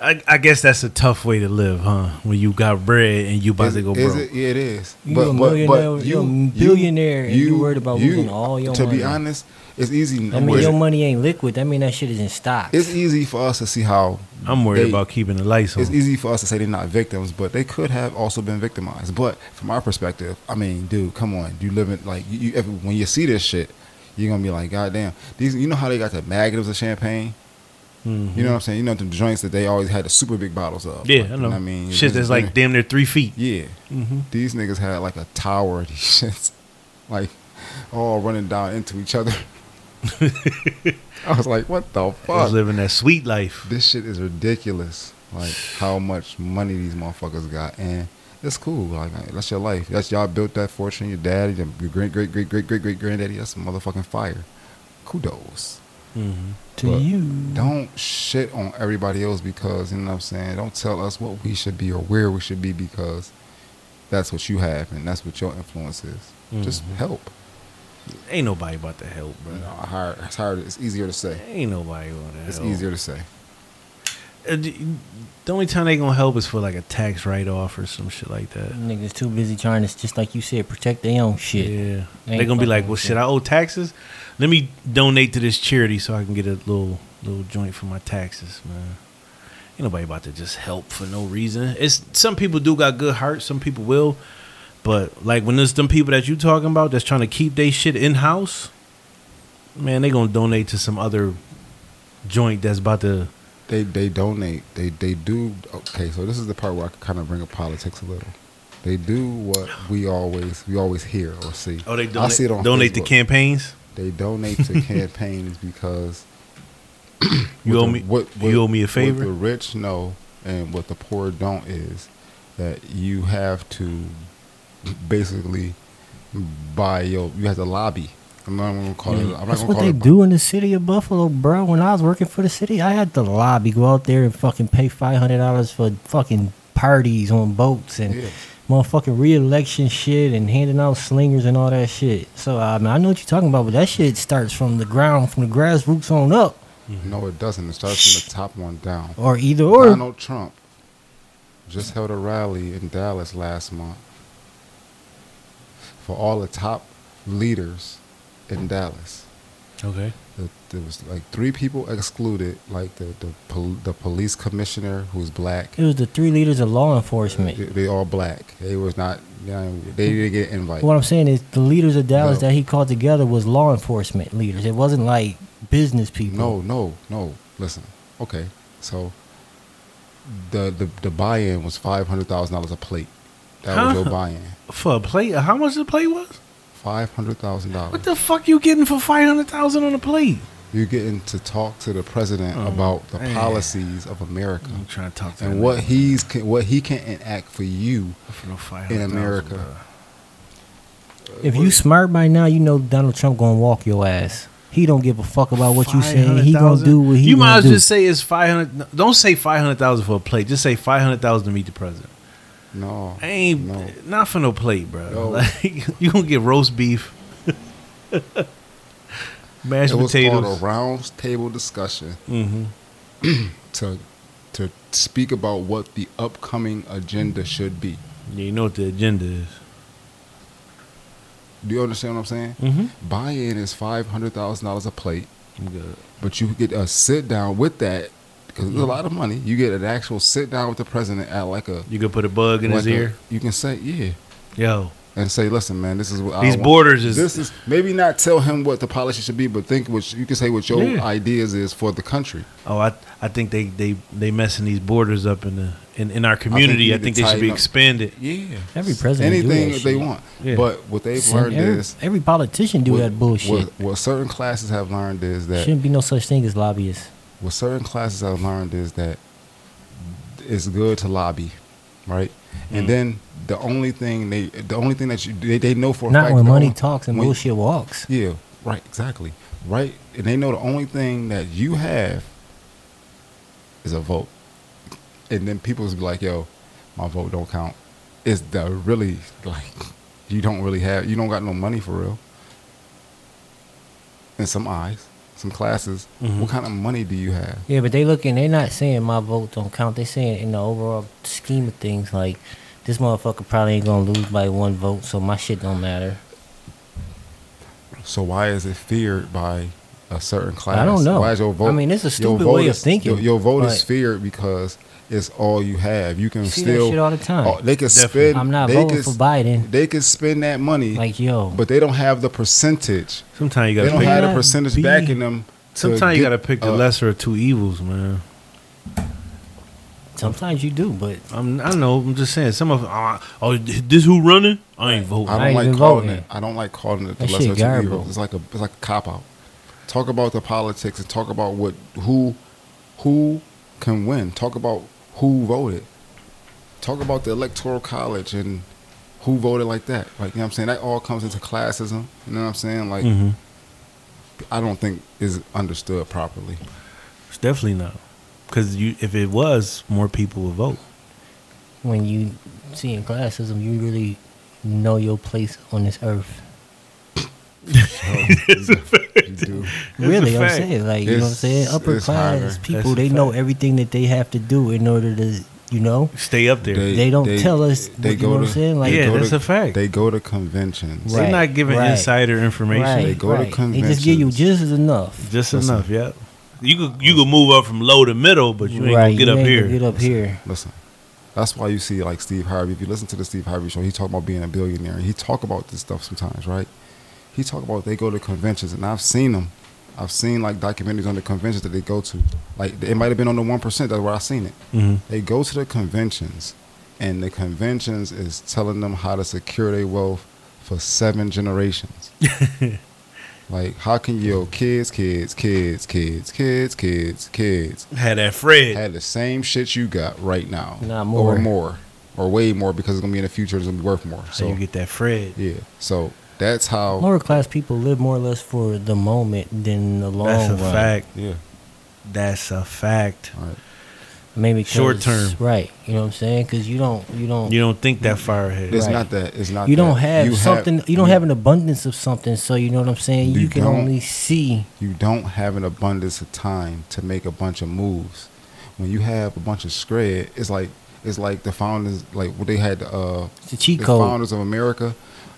I, I guess that's a tough way to live, huh? When you got bread and you about Is to it- go is broke. it? Yeah, it is. You a millionaire- you a billionaire and you worried about losing all your To money. be honest, it's easy. That mean your money ain't liquid. That mean that shit is in stock. it's easy for us to see how I'm worried they- about keeping the lights on. It's easy for us to say they're not victims, but they could have also been victimized. But from our perspective, I mean, dude, come on, you live in like you, you if, when you see this shit, you're gonna be like, God damn, these. You know how they got the magnums of champagne. Mm-hmm. You know what I'm saying? You know the joints that they always had the super big bottles of. yeah, Like, I you know. what I mean, shit that's like damn near three feet. yeah, these niggas had like a tower [laughs] of these shits, like all running down into each other. [laughs] I was like, what the I fuck? was living that sweet life. this shit is ridiculous. Like how much money these motherfuckers got, and it's cool. Like that's your life. That's y'all built that fortune. Your daddy, your great great great great great great granddaddy. That's some motherfucking fire. Kudos. to But you. Don't shit on everybody else because you know what I'm saying. Don't tell us what we should be or where we should be because that's what you have and that's what your influence is. Just Mm-hmm. help. Ain't nobody about to help, bro. You know, I hard, it's hard. It's easier to say. Ain't nobody about to help. It's easier to say. Uh, d- The only time they gonna help is for like a tax write off or some shit like that. Niggas too busy trying to just like you said, protect their own shit. Yeah, They they gonna be ain't fucking like, "Well, with shit, that. I owe taxes. Let me donate to this charity so I can get a little little joint for my taxes, man." Ain't nobody about to just help for no reason. It's some people do got good hearts, some people will, but like when there's them people that you talking about that's trying to keep they shit in house, man, they gonna donate to some other joint that's about to. they they donate. They they do. Okay, so this is the part where I can kind of bring up politics a little. They do what we always we always hear or see. Oh, they donate, I see it on donate to Facebook. campaigns. They donate [laughs] to campaigns because You what owe the- me. you owe me a What the favor. rich know and what the poor don't is that you have to basically buy your. You have to lobby. I'm not gonna call it. I'm not That's gonna what call they it. do in the city of Buffalo, bro. When I was working for the city, I had to lobby, go out there and fucking pay five hundred dollars for fucking parties on boats and Yeah. motherfucking re-election shit and handing out slingers and all that shit. So I mean, I know what you're talking about, but that shit starts from the ground, from the grassroots on up, No, it doesn't. It starts from the top one down. or either or. Donald Trump just held a rally in Dallas last month for all the top leaders in Dallas. Okay. The- There was like three people excluded, like the the, pol- the police commissioner who's black. It was the three leaders of law They, enforcement. they all black. They was not. You know, they didn't get invited. What I'm saying is the leaders of Dallas No. that he called together was law enforcement leaders. It wasn't like business people. No, no, no. Listen. Okay. So the the, the buy-in was five hundred thousand dollars a plate. That was Huh? your buy-in. For a plate, how much the plate was? Five hundred thousand dollars. What the fuck you getting for five hundred thousand on a plate? You're getting to talk to the president Oh, about the man. policies of America I'm trying to talk to and that what nigga. he's can, what he can enact for you for no in America. If you smart by now, you know Donald Trump gonna walk your ass. He don't give a fuck about what you saying. He gonna 500,000? do what he You might gonna as do. well just say it's five hundred. no, Don't say five hundred thousand for a plate. Just say five hundred thousand to meet the president. No. I ain't No. not for no plate, bro. No. [laughs] Like you gonna get roast beef, [laughs] mashed It was called potatoes. a round table discussion hmm to to speak about what the upcoming agenda should be. Yeah, you know what the agenda is. Do you understand what I'm saying? Mm-hmm. Buy-in is five hundred thousand dollars a plate, I'm good. but you get a sit down with that because Mm-hmm. it's a lot of money. You get an actual sit down with the president at like a You could put a bug in his like a- ear. you can say yeah. Yo, and say, "Listen, man, this is what These I want. borders is- this is maybe not tell him what the policy should be, but think what you can say what your Yeah. ideas is for the country. oh, I I think they they they messing these borders up in the in, in our community. you I need think to they should be tighten up. expanded. Yeah, Every president do anything that they shit. want. Yeah. But what they've Son, learned every, is every politician do what- that bullshit. What, what certain classes have learned is that Shouldn't be no such thing as lobbyists. what certain classes have learned is that it's good to lobby, right? Mm. And then the only thing they the only thing that you they, they know for a Not fact when the money only- talks and when- bullshit walks. Yeah, right, exactly. Right, and they know the only thing that you have is a vote, and then people be like, "Yo, my vote don't count." It's the really like you don't really have you don't got no money for real. In some eyes, some classes, Mhm. what kind of money do you have? Yeah, but they looking. They're not saying my vote don't count. They saying in the overall scheme of things, like this motherfucker probably ain't gonna lose by one vote, so my shit don't matter. So why is it feared by a certain class? I don't know. Why is your vote? I mean, it's a your stupid vote way of is- thinking, Your, your vote is but- feared because it's all you have. You can See that still shit all the time. Oh, they can Definitely. spend. I'm not they voting could- for Biden. They can spend that money, Like yo, but they don't have the percentage. Sometimes you They gotta don't pick. have the Cannot percentage be- back in them. to sometimes you get gotta pick the a- lesser of two evils, man. sometimes you do, but I'm, I know. I'm just saying. Some of oh, oh, this who running? I ain't voting. I I don't ain't like even calling voting. it. I don't like calling it the That lesser shit of two garbage. evils. It's like a it's like a cop out. Talk about the politics and talk about what who who can win. Talk about who voted. Talk about the electoral college and who voted like that. Like you know what I'm saying? That all comes into classism. You know what I'm saying? Like Mm-hmm. Mhm. I don't think is understood [laughs] properly. It's definitely not. Because you, if it was, more people would vote. when you see in classism, you really know your place on this earth. You do. It's really, a I'm fact. saying, like you know, what I'm It's- saying, upper it's harder. class That's a people, they know fact. everything that they have to do in order to, you know, Stay up there. They- They, they don't tell us. you know what I'm saying? Like, Yeah, go that's to- a fact. They go to conventions. Right, are not giving right, insider information. They go to They just give you conventions. just as enough. Just Listen. enough. Yeah. You could you could move up from low to middle, but you ain't gonna get you up ain't here. gonna Get up here. Listen, that's why you see like Steve Harvey. If you listen to the Steve Harvey show, he talk about being a billionaire. He talk about this stuff sometimes, right? He talk about they go to conventions, and I've seen them. I've seen like documentaries on the conventions that they go to. Like it might have been on the one percent. That's where I seen it. Mhm. They go to the conventions, and the conventions is telling them how to secure their wealth for seven generations. like, how can your kids, kids, kids, kids, kids, kids, kids, Had that Fred. had the same shit you got right now, Nah, more. or more, or way more because it's gonna be in the future. It's gonna be worth more. so So you get that Fred. yeah, so that's how. Lower class people live more or less for the moment than the long That's a run. fact. Yeah, That's a fact. all right. Maybe 'cause- Short term. right? You know what I'm saying? Because you don't, you don't, You don't think that far ahead. It's Right. not that. It's not. you that. don't have something. you don't have an abundance of something. So you know what I'm saying? You You, can don't. only see. You don't have an abundance of time to make a bunch of moves. When you have a bunch of scred, it's like it's like the founders, like what they had. Uh, It's a cheat the code. founders of America,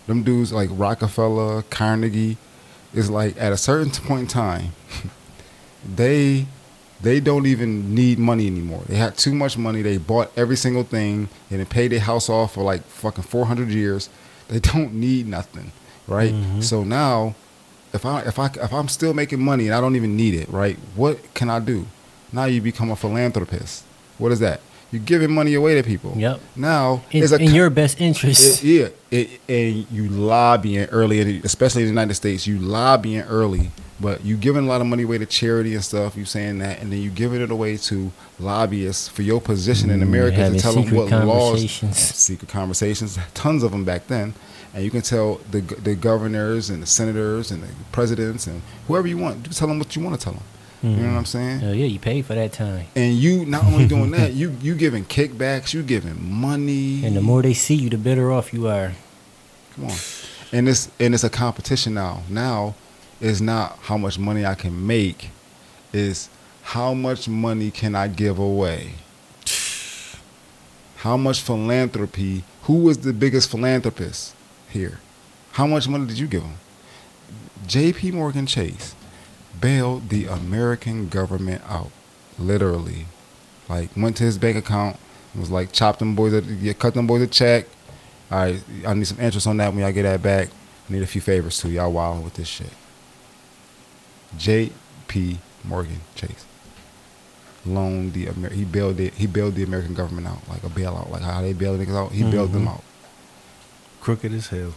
them dudes like Rockefeller, Carnegie, is like at a certain point in time, they they don't even need money anymore. They had too much money. They bought every single thing and they paid their house off for like fucking four hundred years. They don't need nothing, right? So now, if I if I if I'm still making money and I don't even need it, right? What can I do? Now you become a philanthropist. What is that? You're giving money away to people. Yep. Now It's it's a in co- your best it- interest. yeah, it, and you lobbying early, in- especially in the United States, you lobbying early, but you giving a lot of money away to charity and stuff. You saying that, and then you giving it away to lobbyists for your position in America to Mm, having tell them secret what laws, conversations. secret conversations, tons of them back then, and you can tell the g- the governors and the senators and the presidents and whoever you want. You tell them what you want to tell them. You know what I'm saying? Hell Mm. Oh, yeah, you paid for that time. And you not only [laughs] doing that, you you giving kickbacks, you giving money, And the more they see you, the better off you are. Come on. And it's and it's a competition now. Now it's not how much money I can make, is how much money can I give away? How much philanthropy? Who is the biggest philanthropist here? How much money did you give him? J.P. Morgan Chase bailed the American government out, literally. Like went to his bank account and was like, "Chop them boys, a, yeah, cut them boys a check. All right, I need some interest on that when y'all get that back. I need a few favors too. Y'all wilding with this shit." J.P. Morgan Chase loaned the Amer- he bailed it he bailed the American government out like a bailout, like how they bail niggas out. He bailed them out. Crooked as hell.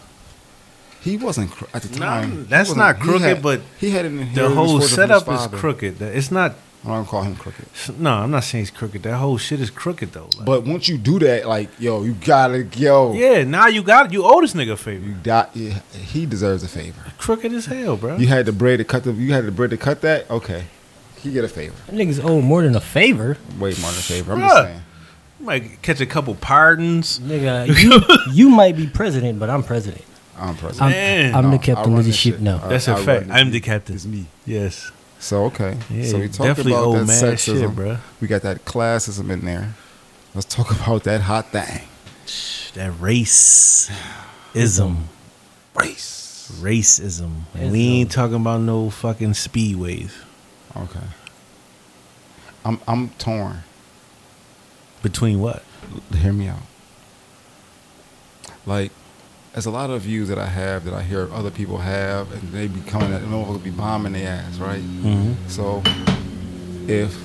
He wasn't cro- at the No, time. he that's wasn't- not he crooked, had- but he had an The whole setup is crooked. That- It's not. I don't call him crooked. No, I'm not saying it's crooked. That whole shit is crooked though. Like, But once you do that, like yo, you gotta yo, yeah, now you got you owe this nigga a you favor. got yeah, he deserves a favor. Crooked as hell, bro. You had the bread to cut the you had the bread to cut that. Okay, he get a favor, That niggas owe more than a favor. way more than a favor. I'm just Bruh. saying. You might catch a couple pardons. [laughs] Nigga, you, you might be president, but I'm president. I'm president. I'm, Man. I'm No, the I captain run of the this ship shit. now. I- That's a I fact. run it. I'm the captain. It's me. Yes. So okay, Yeah, so we you talked definitely about old that man sexism, shit, bruh. We got that classism in there. Let's talk [laughs] about that hot thing. That race ism. Race. Racism. Ism. We ain't talking about no fucking speedways. Okay. I'm I'm torn. Between what? hear me out. Like, there's a lot of views that I have that I hear other people have, and they be coming at no be bombing their ass, right? So, if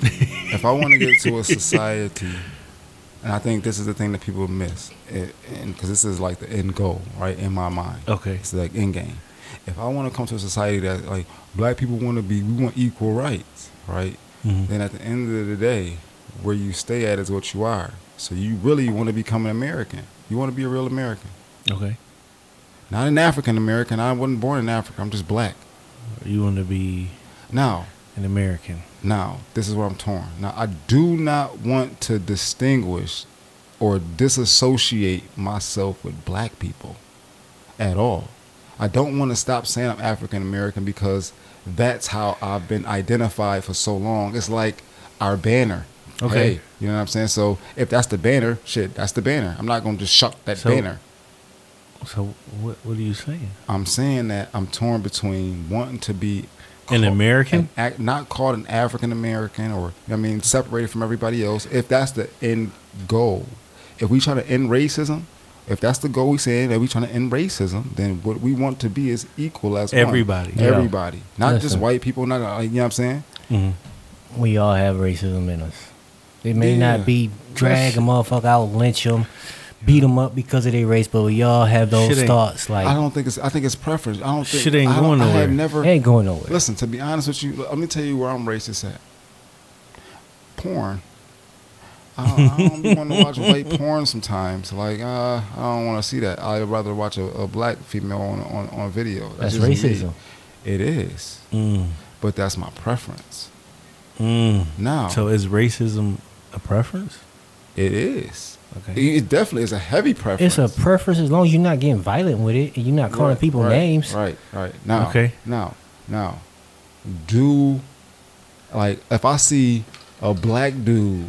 if I want to get to a society, and I think this is the thing that people miss, it, and because this is like the end goal, right? In my mind, Okay. it's like end game. If I want to come to a society that like black people want to be, we want equal rights, right? then at the end of the day, where you stay at is what you are. So you really want to become an American. You want to be a real American, Okay. not an African American. I wasn't born in Africa. I'm just black. You want to be Now, an American. now, this is where I'm torn. Now, I do not want to distinguish or disassociate myself with black people at all. I don't want to stop saying I'm African American because that's how I've been identified for so long. It's like our banner. Okay. Hey, you know what I'm saying? So if that's the banner, shit, that's the banner. I'm not going to just shuck that So- banner. So what what are you saying? I'm saying that I'm torn between wanting to be An ca- American? an ac- not called an African American, or I mean, separated from everybody else. If that's the end goal, if we try to end racism, if that's the goal we saying that we trying to end racism, then what we want to be is equal as one. Everybody. Yeah. everybody, not just Listen. white people. Not uh, you know what I'm saying. Mm-hmm. We all have racism in us. It may Yeah. not be drag a motherfucker out, lynch them, beat them up because of their race, but we all have Shit those ain't- thoughts. Like, I don't think it's. I think it's preference. I don't think Shit ain't I don't- going I nowhere. have never. it ain't going nowhere. Listen, to be honest with you, let me tell you where I'm racist at. Porn. I, I don't want to [laughs] watch white porn sometimes. Like, uh, I don't want to see that. I'd rather watch a, a black female on on, on video. That's just me. racism. It is, Mm. but that's my preference. Mm. Now So is racism a preference? it is. Okay. It, it definitely is a heavy it's preference. a preference as long as you're not getting violent with it and you're not calling Right, people right, names. Right, right. Now, Okay. Now, now, do like if I see a black dude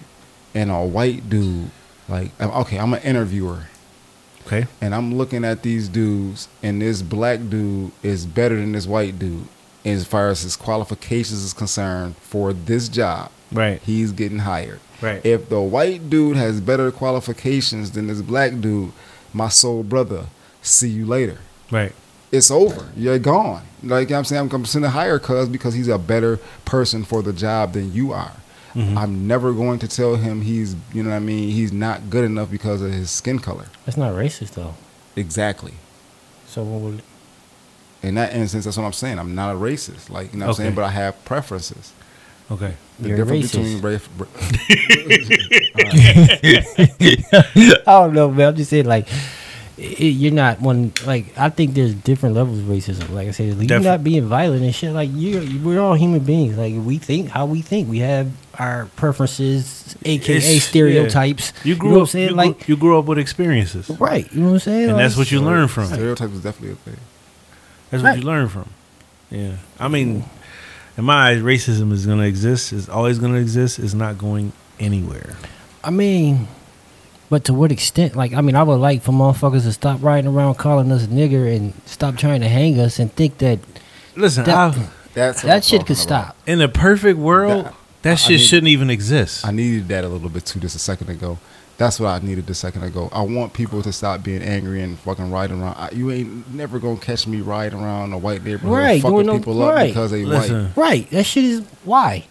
and a white dude, like I'm- okay, I'm an interviewer Okay. and I'm looking at these dudes, and this black dude is better than this white dude as far as his qualifications is concerned for this job. Right. He's getting hired. Right. If the white dude has better qualifications than this black dude, my soul brother, see you later Right. it's over. You're gone. Like I'm saying, I'm, I'm sending higher cuz because he's a better person for the job than you are. Mm-hmm. I'm never going to tell him he's, you know what I mean, he's not good enough because of his skin color. That's not racist, though. Exactly. So, what would- In that instance, that's what I'm saying. I'm not a racist. Like, you know what Okay. I'm saying? But I have preferences. Okay. The You're difference racist. between race. [laughs] I don't know, man. I'm just saying, like, it, you're not one like I think there's different levels of racism. Like I said, like, you're Defi- not being violent and shit. Like you, are we're all human beings. Like we think how we think. We have our preferences, aka It's- yeah. stereotypes. You grew know up what I'm saying? you grew- like you grew up with experiences, right. You know what I'm saying? and Like, that's what you learn from. Stereotypes is definitely a thing. That's Right. what you learn from. Yeah. I mean, in my eyes, racism is going to exist. It's always going to exist. It's not going anywhere. I mean, but to what extent? Like, I mean, I would like for motherfuckers to stop riding around calling us nigger and stop trying to hang us and think that Listen, That- I, That's what I'm that shit talking could about. stop. in a perfect world, That- that, I shit need- shouldn't even exist. I needed that a little bit too just a second ago. That's what I needed a second ago. I want people to stop being angry and fucking riding around. I, you ain't never gonna catch me riding around a white neighborhood Right, fucking doing no- people up right. because they Listen, white. Right. That shit is why.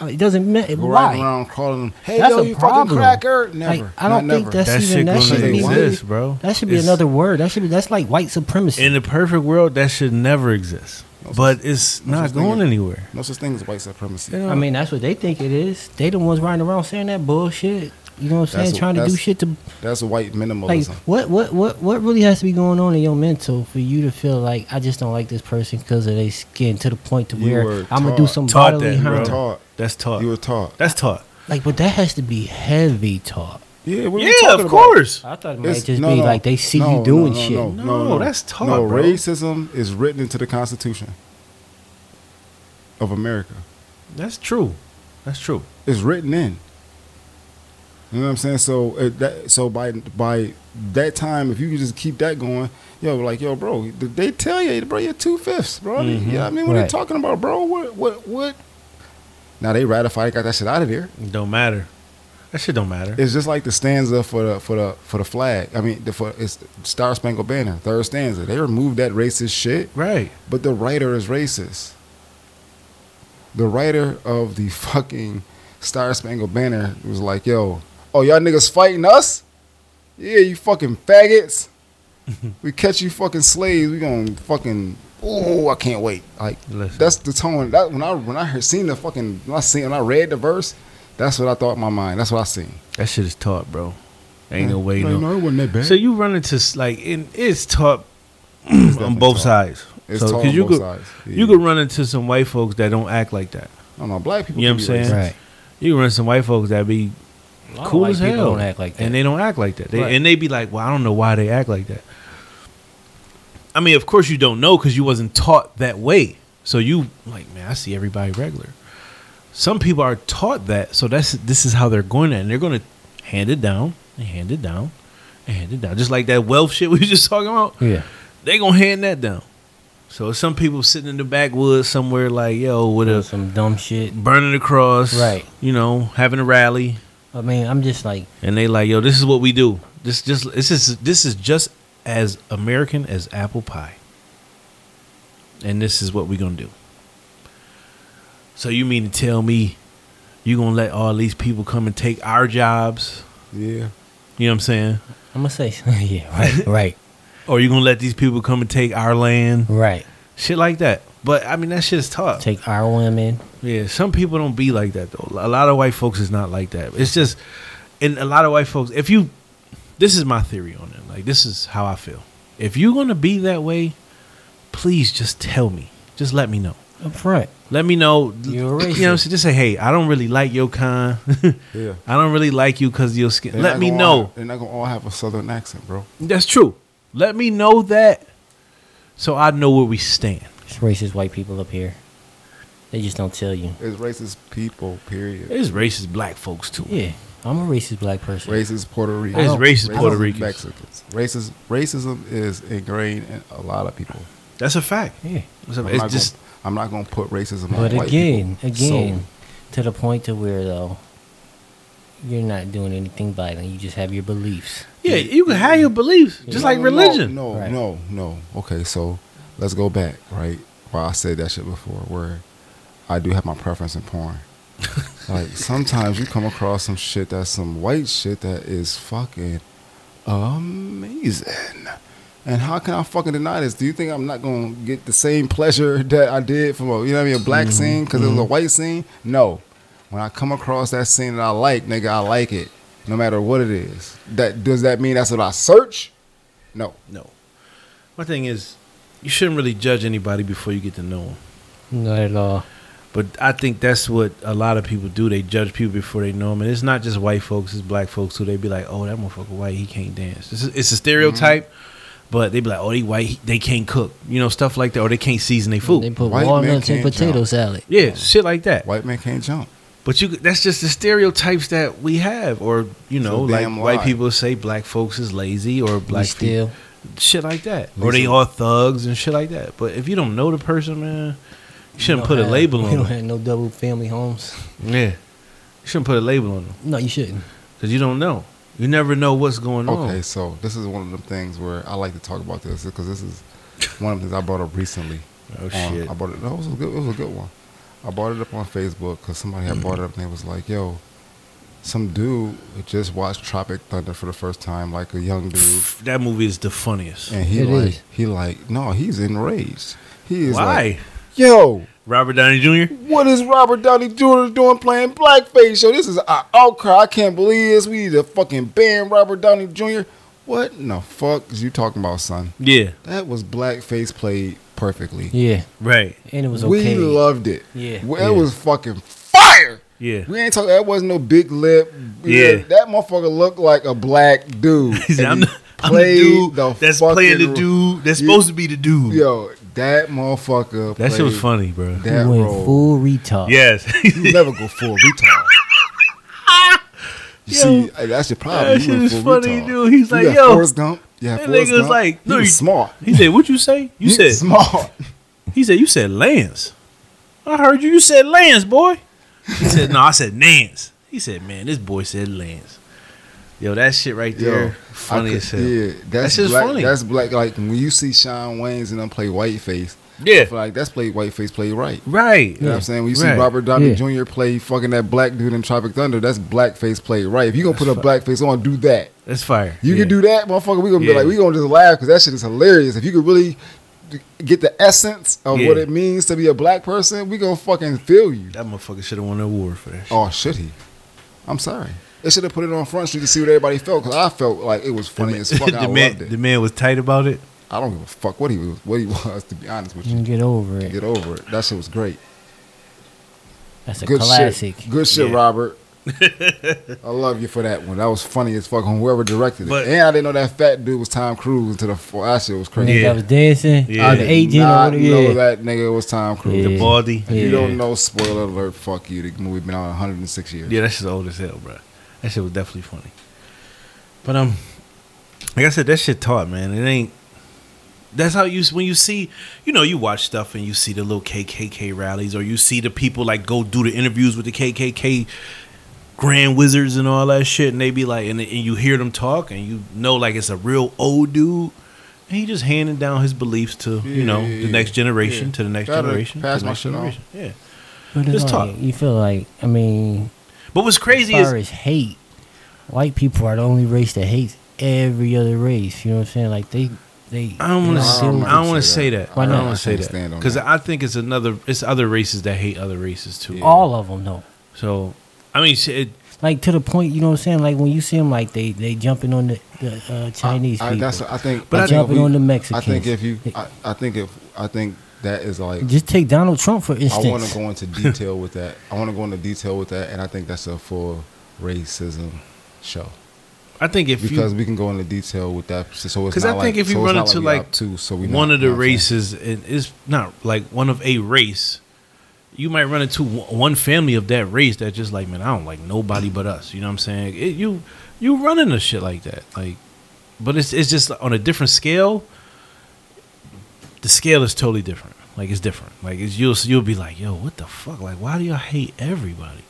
I mean, it doesn't matter. Go Why? riding around calling them, hey That's yo, a you fucking problem. cracker. Never. Like, I don't Not think never. that's that even shit that going should gonna be exist, bro. That should be It's- another word. That should be that's like white supremacy. In the perfect world, that should never exist. No But such- it's no not such thing going as- anywhere. No such thing as white supremacy. Yeah. I mean, that's what they think it is. They the ones riding around saying that bullshit. You know what I'm That's saying? what- Trying to do that's- shit to That's white like minimalism. what what what what really has to be going on in your mental for you to feel like I just don't like this person because of their skin to the point to You where were I'm gonna do taught- some Taught bodily that, you bro. were harm. taught. That's taught. You were taught. That's taught. Like, but that has to be heavy talk. Yeah, what are you Yeah, talking of about? course. I thought it It's- might just no, be no. like they see No, you doing no, no, shit. No, no, No, no. that's taught, No, bro. racism is written into the Constitution of America. That's true. That's true. It's written in. You know what I'm saying? So uh, that so by by that time, if you could just keep that going, yo, like yo, bro, did they tell you, bro, you're two fifths, bro. You know what I mean, what are you Right. talking about, bro? What what what? Now they ratified, got that shit out of there. It don't matter. That shit don't matter. It's just like the stanza for the for the for the flag. I mean, the, for it's Star Spangled Banner, third stanza. They removed that racist shit, right. but the writer is racist. The writer of the fucking Star Spangled Banner was like, "Yo, oh y'all niggas fighting us? Yeah, you fucking [laughs] faggots. we catch you fucking slaves. We gonna fucking." Oh, I can't wait. Like Listen. that's the tone. That when I when I heard, seen the fucking when I seen when I read the verse, that's what I thought in my mind. That's what I seen. That shit is taught, bro. Ain't no way. Like, No. it wasn't that bad. So you run into s- like and it's taught [clears throat] on definitely both taught. sides. It's so, taught 'cause on you both could, sides. Yeah. You could run into some white folks that don't act like that. I don't know. Black people. You know can what be I'm saying? racist. Right. You can run into some white folks that be A lot of cool white as people hell, don't act like that. and they don't act like that. They, Right. And they be like, "Well, I don't know why they act like that." I mean, of course you don't know because you wasn't taught that way. So you like, man, I see everybody regular. Some people are taught that, so that's this is how they're going at, it. and they're going to hand it down and hand it down and hand it down, just like that wealth shit [laughs] we was just talking about yeah. they gonna hand that down. So some people sitting in the backwoods somewhere, like yo, with Doing a some dumb shit. burning the cross, Right. You know, having a rally, I mean, I'm just like, and they like, yo, this is what we do. This just this is this is just as American as apple pie, and this is what we gonna do. So you mean to tell me you gonna let all these people come and take our jobs? Yeah. You know what I'm saying? I'm gonna say, [laughs] yeah, right, right, Or you gonna let these people come and take our land? right. Shit like that. But I mean, that shit is tough. Take our women. Yeah, some people don't be like that though. A lot of white folks is not like that. It's just, and a lot of white folks, if you, this is my theory on it. Like this is how I feel. If you're gonna be that way, please just tell me. Just let me know. up front. Let me know. You're a You know, what I'm racist. saying? just say, hey, I don't really like your kind. [laughs] Yeah. I don't really like you because your skin. They're Let not me gonna know. all- they're not gonna all have a southern accent, bro. That's true. Let me know that, so I know where we stand. It's racist white people up here. They just don't tell you. It's racist people, period. There's racist black folks too. Yeah, I'm a racist black person. Racist Puerto Ricans. It's racist Puerto Ricans. Mexicans. Racist racism is ingrained in a lot of people. that's a fact. Yeah. It's I'm, not it's just. gonna, I'm not gonna put racism But on white again, people. So, again, to the point to where though, you're not doing anything violent. You just have your beliefs. Yeah, you can have your beliefs, just No, like no, religion. No, Right. no, no. Okay, so let's go back, right? Why I said that shit before, where I do have my preference in porn. [laughs] like sometimes you come across some shit that's some white shit that is fucking amazing. And how can I fucking deny this? Do you think I'm not gonna get the same pleasure that I did from a you know what I mean a black Mm-hmm, scene because it was a white scene? No. When I come across that scene that I like, nigga, I like it, no matter what it is. That does that mean that's what I search? No. No. My thing is, you shouldn't really judge anybody before you get to know them. Not at all. But I think that's what a lot of people do. They judge people before they know them, and it's not just white folks; it's black folks who they be like, "Oh, that motherfucker white, he can't dance." It's a, it's a stereotype, but they be like, "Oh, they white, he- they can't cook," you know, stuff like that, or they can't season their They food. put White man walnuts in can't potato jump. salad. Yeah, shit like that. White man can't jump. But you, that's just the stereotypes that we have, or you know, like damn white lie. people say black folks is lazy, or Black black people, still. shit like that, We or they should- are thugs and shit like that. But if you don't know the person, man, you shouldn't don't put a have- label You on don't them. have no double family homes. Yeah, you shouldn't put a label on them No, you shouldn't. because you don't know. You never know what's going on. Okay, so this is one of them things where I like to talk about this because this is one of the things I brought up recently. Oh on- shit! I bought it. No, it was a good. It was a good one. I bought it up on Facebook because somebody had brought it up and they was like, "Yo, some dude just watched Tropic Thunder for the first time, like a young dude, that movie is the funniest. and he It like is. he like no, he's enraged. He is Why? like, yo, Robert Downey Jr. what is Robert Downey Jr. doing playing blackface? Yo, this is an outcry. I can't believe this. We need to fucking ban Robert Downey Jr. What in the fuck is you talking about, son? Yeah, That was blackface played perfectly. Yeah, right. and it was we okay. loved it. Yeah. Well, Yeah. it was fucking fire. Yeah. We ain't talking. That wasn't no big lip. Yeah. that motherfucker looked like a black dude. [laughs] [laughs] He said, And I'm he the, I'm the dude that's playing the fucking- dude that's Yeah. supposed to be the dude. Yo, that motherfucker. that shit was played funny, bro. That you went role. full retard. yes. [laughs] You never go full retard. You [laughs] Yo. see, hey, that's your problem. That you went shit is full funny, retard. dude. He's You like, got yo. Forrest Gump. Yeah, That Forrest nigga was Gump. like, He no, was you- smart. He said, "What you say?" You He was said, [laughs] smart. "He said you said Lance." I heard you. You said Lance, boy. He said, "No, I said Nance." He said, "Man, this boy said Lance." Yo, that shit right there, Yo, funny I as could- hell. Yeah, that's shit's black, funny. That's black. Like when you see Sean Wayne's and them play whiteface. Yeah. I feel like that's played whiteface played right. Right. You know what I'm saying? When you see Right. Robert Downey Yeah. Jr. play fucking that black dude in Tropic Thunder, that's blackface played right. If you gonna put a blackface on, do that. That's fire. You Yeah. can do that, motherfucker. We gonna Yeah. be like, we gonna just laugh because that shit is hilarious. If you could really get the essence of what Yeah. it means to be a black person, we gonna fucking feel you. That motherfucker should have won an award for that. Shit. Oh, should he? I'm sorry. They should have put it on Front Street to see what everybody felt because I felt like it was funny as fuck. I [laughs] the man, loved it. the man was tight about it. I don't give a fuck what he was. What he was, to be honest with You can you. get over Mm. it. Get over it. That shit was great. That's a Good classic. shit. Good shit, Yeah. [laughs] Robert. I love you for that one. That was funny as fuck. Whoever directed it, But- and I didn't know that fat dude was Tom Cruise until the full. That shit was crazy. Nigga Yeah. that was dancing. I Yeah. Yeah. The did agent or not whatever. know Yeah. that nigga was Tom Cruise. Yeah. Baldy. If you Yeah. don't know, spoiler alert. Fuck you. The movie been out 106 years. Yeah, that shit's old as hell, bro. That shit was definitely funny. But um, like I said, that shit taught, man. It ain't. That's how you when you see, you know, you watch stuff and you see the little KKK rallies, or you see the people like go do the interviews with the KKK grand wizards and all that shit, and they be like, and, and you hear them talk, and you know, like it's a real old dude. And he just handing down his beliefs to you Yeah, know yeah, the yeah. next generation Yeah. to the next Gotta generation pass to the my next shit on. generation. Yeah, But it's Just like, talk. You feel like I mean, but what's as crazy is far as hate, white people are the only race that hates every other race. You know what I'm saying? Like they, they. I don't they want No, I don't to. I don't don't want wanna to say say that. that. Why I not? don't I want to say can't that stand on because that. I think it's another. It's other races that hate other races too. Yeah. all of them though. So I mean, shit, it, Like to the point, you know what I'm saying? Like when you see them, like they they jumping on the, the uh, Chinese I, I, people. that's, I think. But I I think jumping if we- on the I Mexicans. think if you, I, I think if I think that is like Just take Donald Trump for instance. I want to go into detail with that. I want to go into detail with that, and I think that's a full racism show I think if because you we can go into detail with that. So it's because I not think like- if you so it's run not into we like obtuse, so we one not- of the you know what I'm saying? races, and it's not like one of a race. You might run into one one family of that race that just like, man, I don't like nobody but us. You know what I'm saying? It, you you run into shit like that, like, but it's it's just on a different scale. the scale is totally different. Like it's different. Like it's you'll you'll be like, yo, what the fuck? Like why do y'all hate everybody?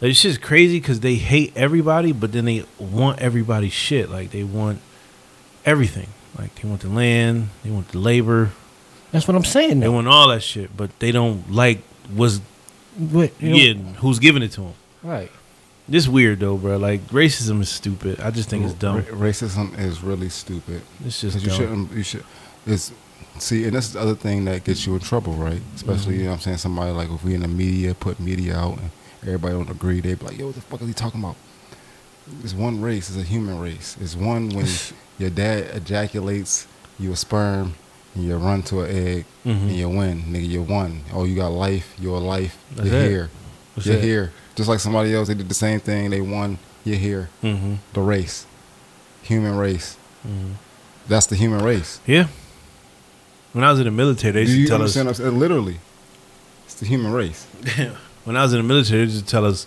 Like, it's just crazy because they hate everybody, but then they want everybody's shit. Like they want everything. Like they want the land, they want the labor, That's what I'm saying. they Though. want all that shit, but they don't like what's But, you know- yeah, who's giving it to them. Right. This weird though, bro. Like racism is stupid. I just think it's Ra- dumb. racism is really stupid. It's Because just you dumb. shouldn't. You should. It's see, and that's the other thing that gets you in trouble, right? Mm-hmm. Especially you know what I'm saying somebody like if we in the media put media out and everybody don't agree, they be like, "Yo, what the fuck is he talking about?" It's one race. It's a human race. It's one [laughs] when your dad ejaculates, you a sperm, and you run to an egg, Mhm. and you win, nigga. You won. Oh, you got life. You're alive. That's you're it. here. That's you're it. here. Just like somebody else, they did the same thing. They won. You're here. Mm-hmm. The race, human race. hmm That's the human race. Yeah. When I was in the military, they used Do to you tell us. understand? Us. Literally, it's the human race. When I was in the military, they used to tell us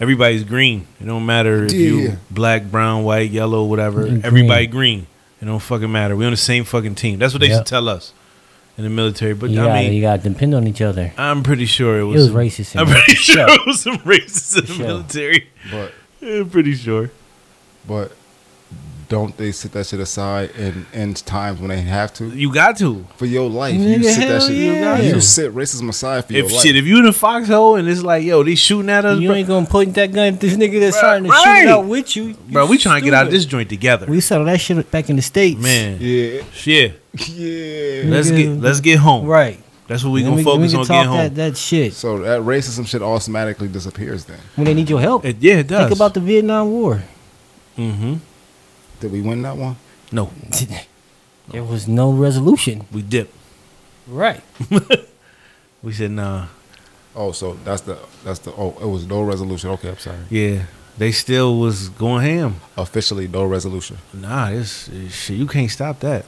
everybody's green. It don't matter if Yeah. you black, brown, white, yellow, whatever. Mm, Everybody green. It don't fucking matter. We on the same fucking team. That's what they Yep. used to tell us in the military. But you, I gotta, mean, you gotta depend on each other. I'm pretty sure it It was was. racist. in I'm [laughs] there. pretty sure Sure. it was some racists in the For sure. military. But I'm pretty sure. but don't they sit that shit aside in, in times when they have to You got to. for your life? Nigga, You sit that hell shit. yeah. You sit racism aside for your If life. shit, if you in a foxhole and it's like, yo, they shooting at us, You bro, ain't gonna point that gun at this nigga that's Bruh, trying to shoot right. it out with you. bro, You we trying to get out of this stupid. joint together, We settled that shit back in the states, man. yeah, Shit, yeah. let's Nigga. get let's get home. Right. That's what we Then gonna then focus can on talk getting home. That, that shit So that racism shit automatically disappears. Then when they need your help. It- Uh, yeah, it does. Think about the Vietnam War. [laughs] mm-hmm. did we win that one? No, there was no resolution. we dip. Right. We said nah. Oh, so that's the that's the oh it was no resolution. Okay, I'm sorry. Yeah, they still was going ham. Officially no resolution. Nah, this this shit. You can't stop that.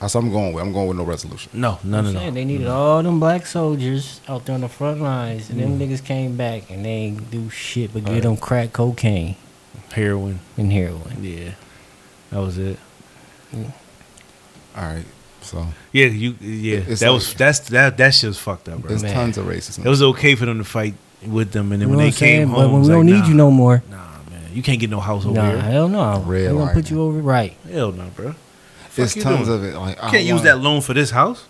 That's what I'm going with. I'm going with no resolution. No, no, no, I'm saying no. They needed all them black soldiers out there on the front lines, and them Mm. niggas came back and they ain't do shit but give them crack cocaine Heroin. and heroin. Yeah, that was it. All right, so Yeah, you. Yeah, It's that like- was that's that that shit was fucked up, bro. there's Man. tons of racism. It was okay for them to fight with them, and then when You know they what I'm saying? came home, but when it's we like, don't need nah, you no more, Nah, man, you can't get no house over nah, here. hell no. Red We're gonna lining. put you over right. Hell no, bro. There's fuck you tons doing? of it. Like I You can't don't use that wanna- loan for this house.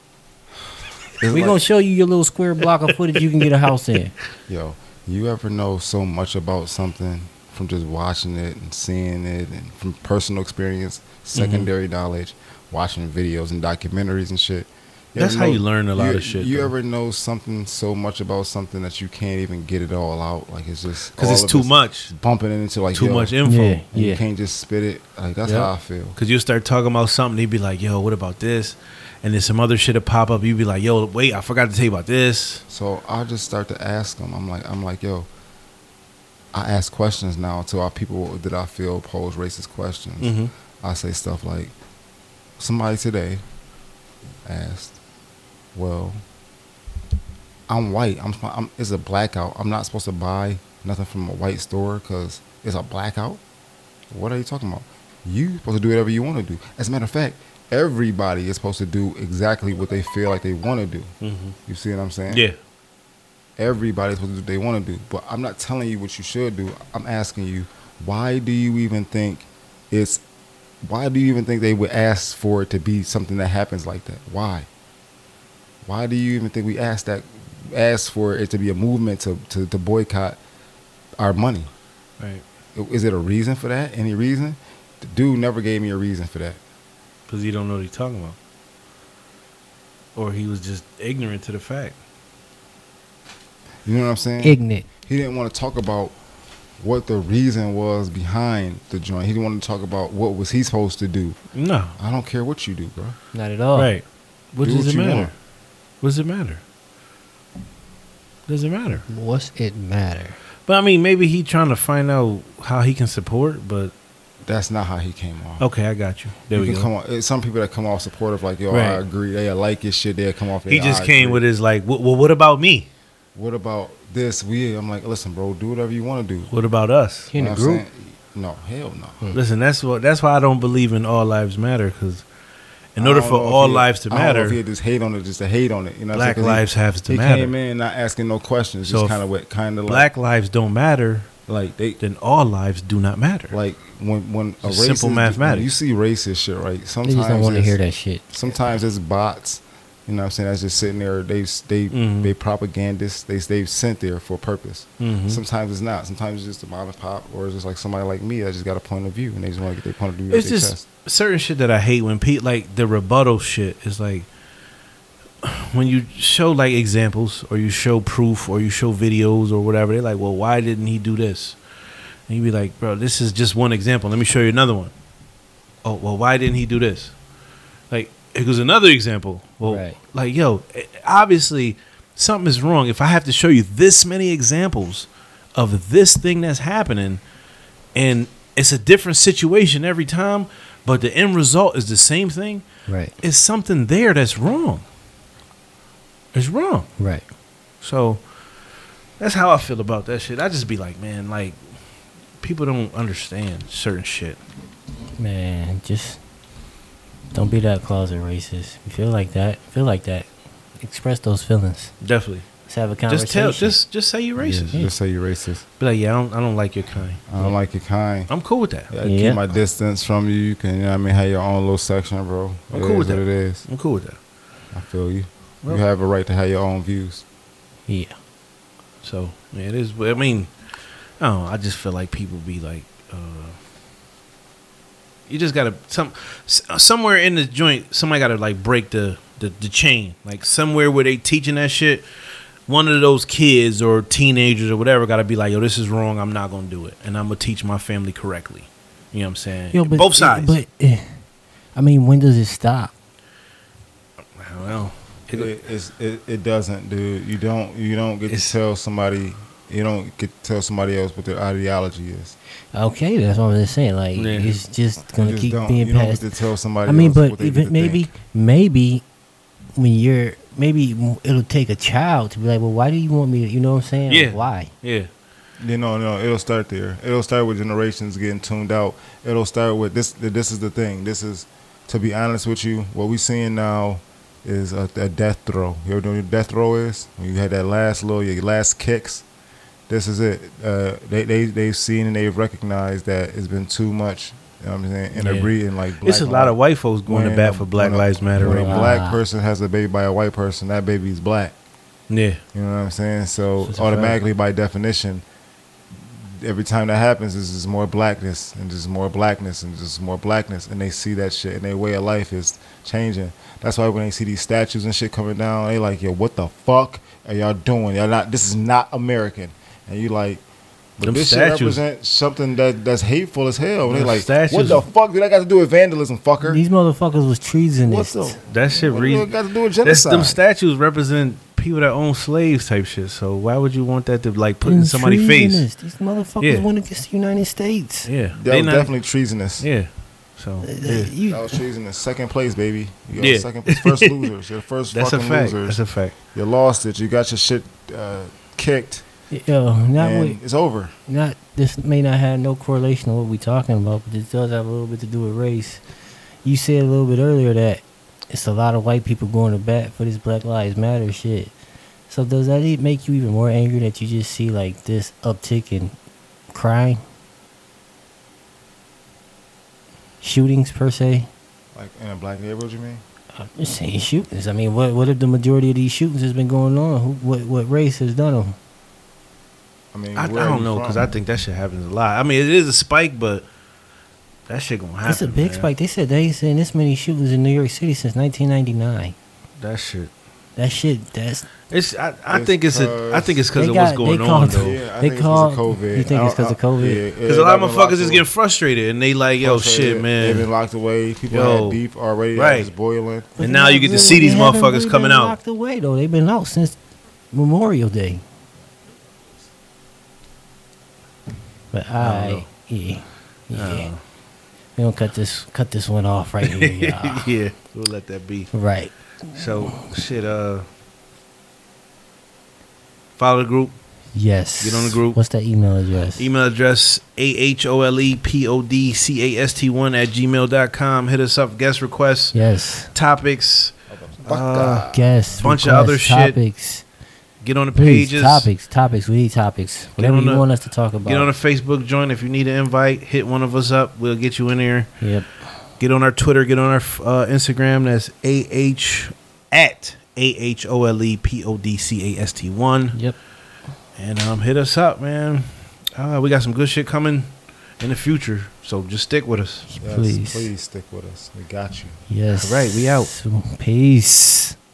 it's We're like- gonna show you your little square block of footage you can get a [laughs] house in. Yo, you ever know so much about something from just watching it and seeing it and from personal experience, Mm-hmm. secondary knowledge, watching videos and documentaries and shit. That's ever how you learn a lot of shit, You though. ever know something so much about something that you can't even get it all out? Like it's just Because all it's of too it's much, Bumping it into like too yo, much and info. Yeah. You can't just spit it. Like that's Yep. how I feel. Because you start talking about something, they'd be like, yo, what about this? And then some other shit will pop up. You'd be like, yo, wait, I forgot to tell you about this. So I just start to ask them. I'm like, I'm like, yo. I ask questions now to our people that I feel pose racist questions. Mm-hmm. I say stuff like, somebody today asked, "Well, I'm white. I'm, I'm it's a blackout. I'm not supposed to buy nothing from a white store because it's a blackout. What are you talking about? You supposed to do whatever you want to do. As a matter of fact, everybody is supposed to do exactly what they feel like they want to do. Mm-hmm. You see what I'm saying? Yeah. everybody's supposed to do what they want to do. But I'm not telling you what you should do. I'm asking you, why do you even think it's why do you even think they would ask for it to be something that happens like that? Why? Why do you even think we asked that asked for it to be a movement to, to, to boycott our money? Right. Is it a reason for that? Any reason? The dude never gave me a reason for that. Because you don't know what he's talking about. Or he was just ignorant to the fact. You know what I'm saying? Ignorant. he didn't want to talk about what the reason was behind the joint. He didn't want to talk about what was he supposed to do. No. I don't care what you do, bro. Not at all. Right. What Do does what it you matter? want. What does it matter? Does it matter? What's it matter? But I mean, maybe he trying to find out how he can support. But That's not how he came off. okay, I got you. There You we can go. Come off, it's some people that come off supportive, like yo, I Right. agree. They like your shit. They come off. he they, just "I came agree." with his like, "Wh- well, what about me? What about this? We. I'm like, listen, bro, do whatever you want to do. What about us? In You know the what I'm group. saying? No, hell no. Listen, that's what. That's why I don't believe in all lives matter. Because in I order don't for know if all he- lives to I don't know if he matter, had just hate on it, just to hate on it. You know, what I'm black saying? 'Cause he- lives have to He came matter. in not asking no questions, So just if kind of what kind of like, Black lives don't matter. like they Then all lives do not matter. like when when a Just simple racist- mathematics. when You see racist shit, right? They Sometimes just don't want to it's- hear that shit. Sometimes it's bots. You know what I'm saying? That's just sitting there. They they Mhm. they propagandists. They they've sent there for a purpose. Mhm. Sometimes it's not. Sometimes it's just a mom and pop, or it's just like somebody like me that just got a point of view and they just want to get their point of view. off it's their just chest. certain shit that I hate when Pete like the rebuttal shit is like when you show like examples or you show proof or you show videos or whatever. They're like, well, why didn't he do this? And you'd be like, bro, this is just one example. Let me show you another one. Oh, well, why didn't he do this? Like, it was another example. Well, Right. like, yo, eh, obviously something is wrong. If I have to show you this many examples of this thing that's happening, and it's a different situation every time, but the end result is the same thing, Right. it's something there that's wrong. It's wrong. Right. So that's how I feel about that shit. I just be like, man, like people don't understand certain shit. Man, just don't be that closet racist. You feel like that. Feel like that. Express those feelings. Definitely. Let's have a conversation. Just tell just just say you're racist. Yeah, just say you're racist. Be like, yeah, I don't I don't like your kind. I don't like your kind. I'm cool with that. I Yeah. keep my distance from you. You can, you know what I mean, have your own little section, bro. I'm It cool is with what that. it is. I'm cool with that. I feel you. Well- you have a right to have your own views. Yeah. So yeah, it is I mean, I don't know, I just feel like people be like, uh you just gotta some s- uh, somewhere in the joint, somebody gotta like break the, the the chain. Like somewhere where they teaching that shit, one of those kids or teenagers or whatever gotta be like, yo, this is wrong. I'm not gonna do it, and I'm gonna teach my family correctly. You know what I'm saying? Yo, but, Both sides. But eh, I mean, when does it stop? I don't know. It, It- it's, it, it doesn't, dude. You don't you don't get It's- to tell somebody you don't get to tell somebody else what their ideology is. Okay, that's what I'm just saying. Like Yeah. it's just gonna You just keep don't. being you don't passed. get to tell somebody. I mean, else but what they get even to maybe, think. maybe when you're maybe it'll take a child to be like, well, why do you want me? to, You know what I'm saying? Like, Yeah. why? yeah. You know, no, it'll start there. It'll start with generations getting tuned out. It'll start with this. This is the thing. This is, to be honest with you, what we're seeing now is a, a death throw. You ever know what a death throw is? When you had that last little, your last kicks. This is it. Uh, they they they've seen and they've recognized that it's been too much. You know what I'm saying, and Yeah. they're breeding like It's a black lot on- of white folks going to when bat a- for Black when a- Lives Matter When right a now. black Ah. person has a baby by a white person, that baby's black. Yeah. You know what I'm saying? So It's a automatically, by definition, every time that happens, is just more blackness and just more blackness and just more blackness, and they see that shit, and their way of life is changing. That's why when they see these statues and shit coming down, they like, yo, what the fuck are y'all doing? Y'all not. This is not American. And you like. But Them this statues- shit represents something that, that's hateful as hell. And they Them like, statues- what the fuck did I got to do with vandalism, fucker? These motherfuckers was treasonous. What the? That shit What do reason. it got to do with That's genocide? them statues represent people that own slaves type shit. So why would you want that to like put in Them somebody's face? treasonous. These motherfuckers Yeah. went against the United States. Yeah, that they was not- definitely treasonous. Yeah, so Uh, you- I was choosing the second place, baby. You got Yeah. second place, [laughs] first losers. You're the first that's a fucking fact. losers. That's a fact. you lost it. You got your shit uh, kicked, yo, not and with, it's over. not this may not have no correlation to what we talking about, but this does have a little bit to do with race. You said a little bit earlier that it's a lot of white people going to bat for this Black Lives Matter shit. So does that e- make you even more angry that you just see like this uptick in crime, shootings per se? Like in a black neighborhood, you mean? I'm just saying shootings. I mean, what what if the majority of these shootings has been going on? Who, what what race has done them? I mean, I, I where are don't you know from? because I think that shit happens a lot. I mean, it is a spike, but that shit gonna happen. It's a big man. spike. They said they ain't seen this many shootings in New York City since 1999. That shit. That shit. That's It's. I, I It's think it's a. I 'cause- think it's because They of got- what's they going on called- though. Yeah, I They think called- it's 'cause of COVID. you think it's 'cause of I don't- I- COVID? yeah, Because a lot of everybody been motherfuckers locked is getting away. frustrated and they like, yo, shit, Frustrated. They've been man. locked away. People Yo. had beef already. Right. Right. was boiling. And now you get to see They these haven't motherfuckers really been coming out. Locked away though. They've been out since Memorial Day. But I don't I, yeah, I don't yeah. know. We gonna cut this cut this one off right here, [laughs] y'all. yeah, we'll let that be. Right. So shit, uh follow the group. Yes. Get on the group. What's that email address? Email address A H O L E P O D C A S T one at gmail.com. Hit us up, guest requests, Yes. topics. Uh, Guests. bunch of requests, other shit. topics. Get on the Please, pages. topics, topics. We need topics. Whatever on you the- want us to talk about. Get on a Facebook joint if you need an invite. Hit one of us up. We'll get you in there. Yep. Get on our Twitter. Get on our uh, Instagram. That's A H at A H O L E P O D C A S T one. Yep. And um, hit us up, man. Uh, we got some good shit coming in the future, so just stick with us. Yes, Please. please stick with us. We got you. Yes. All right, we out. Peace.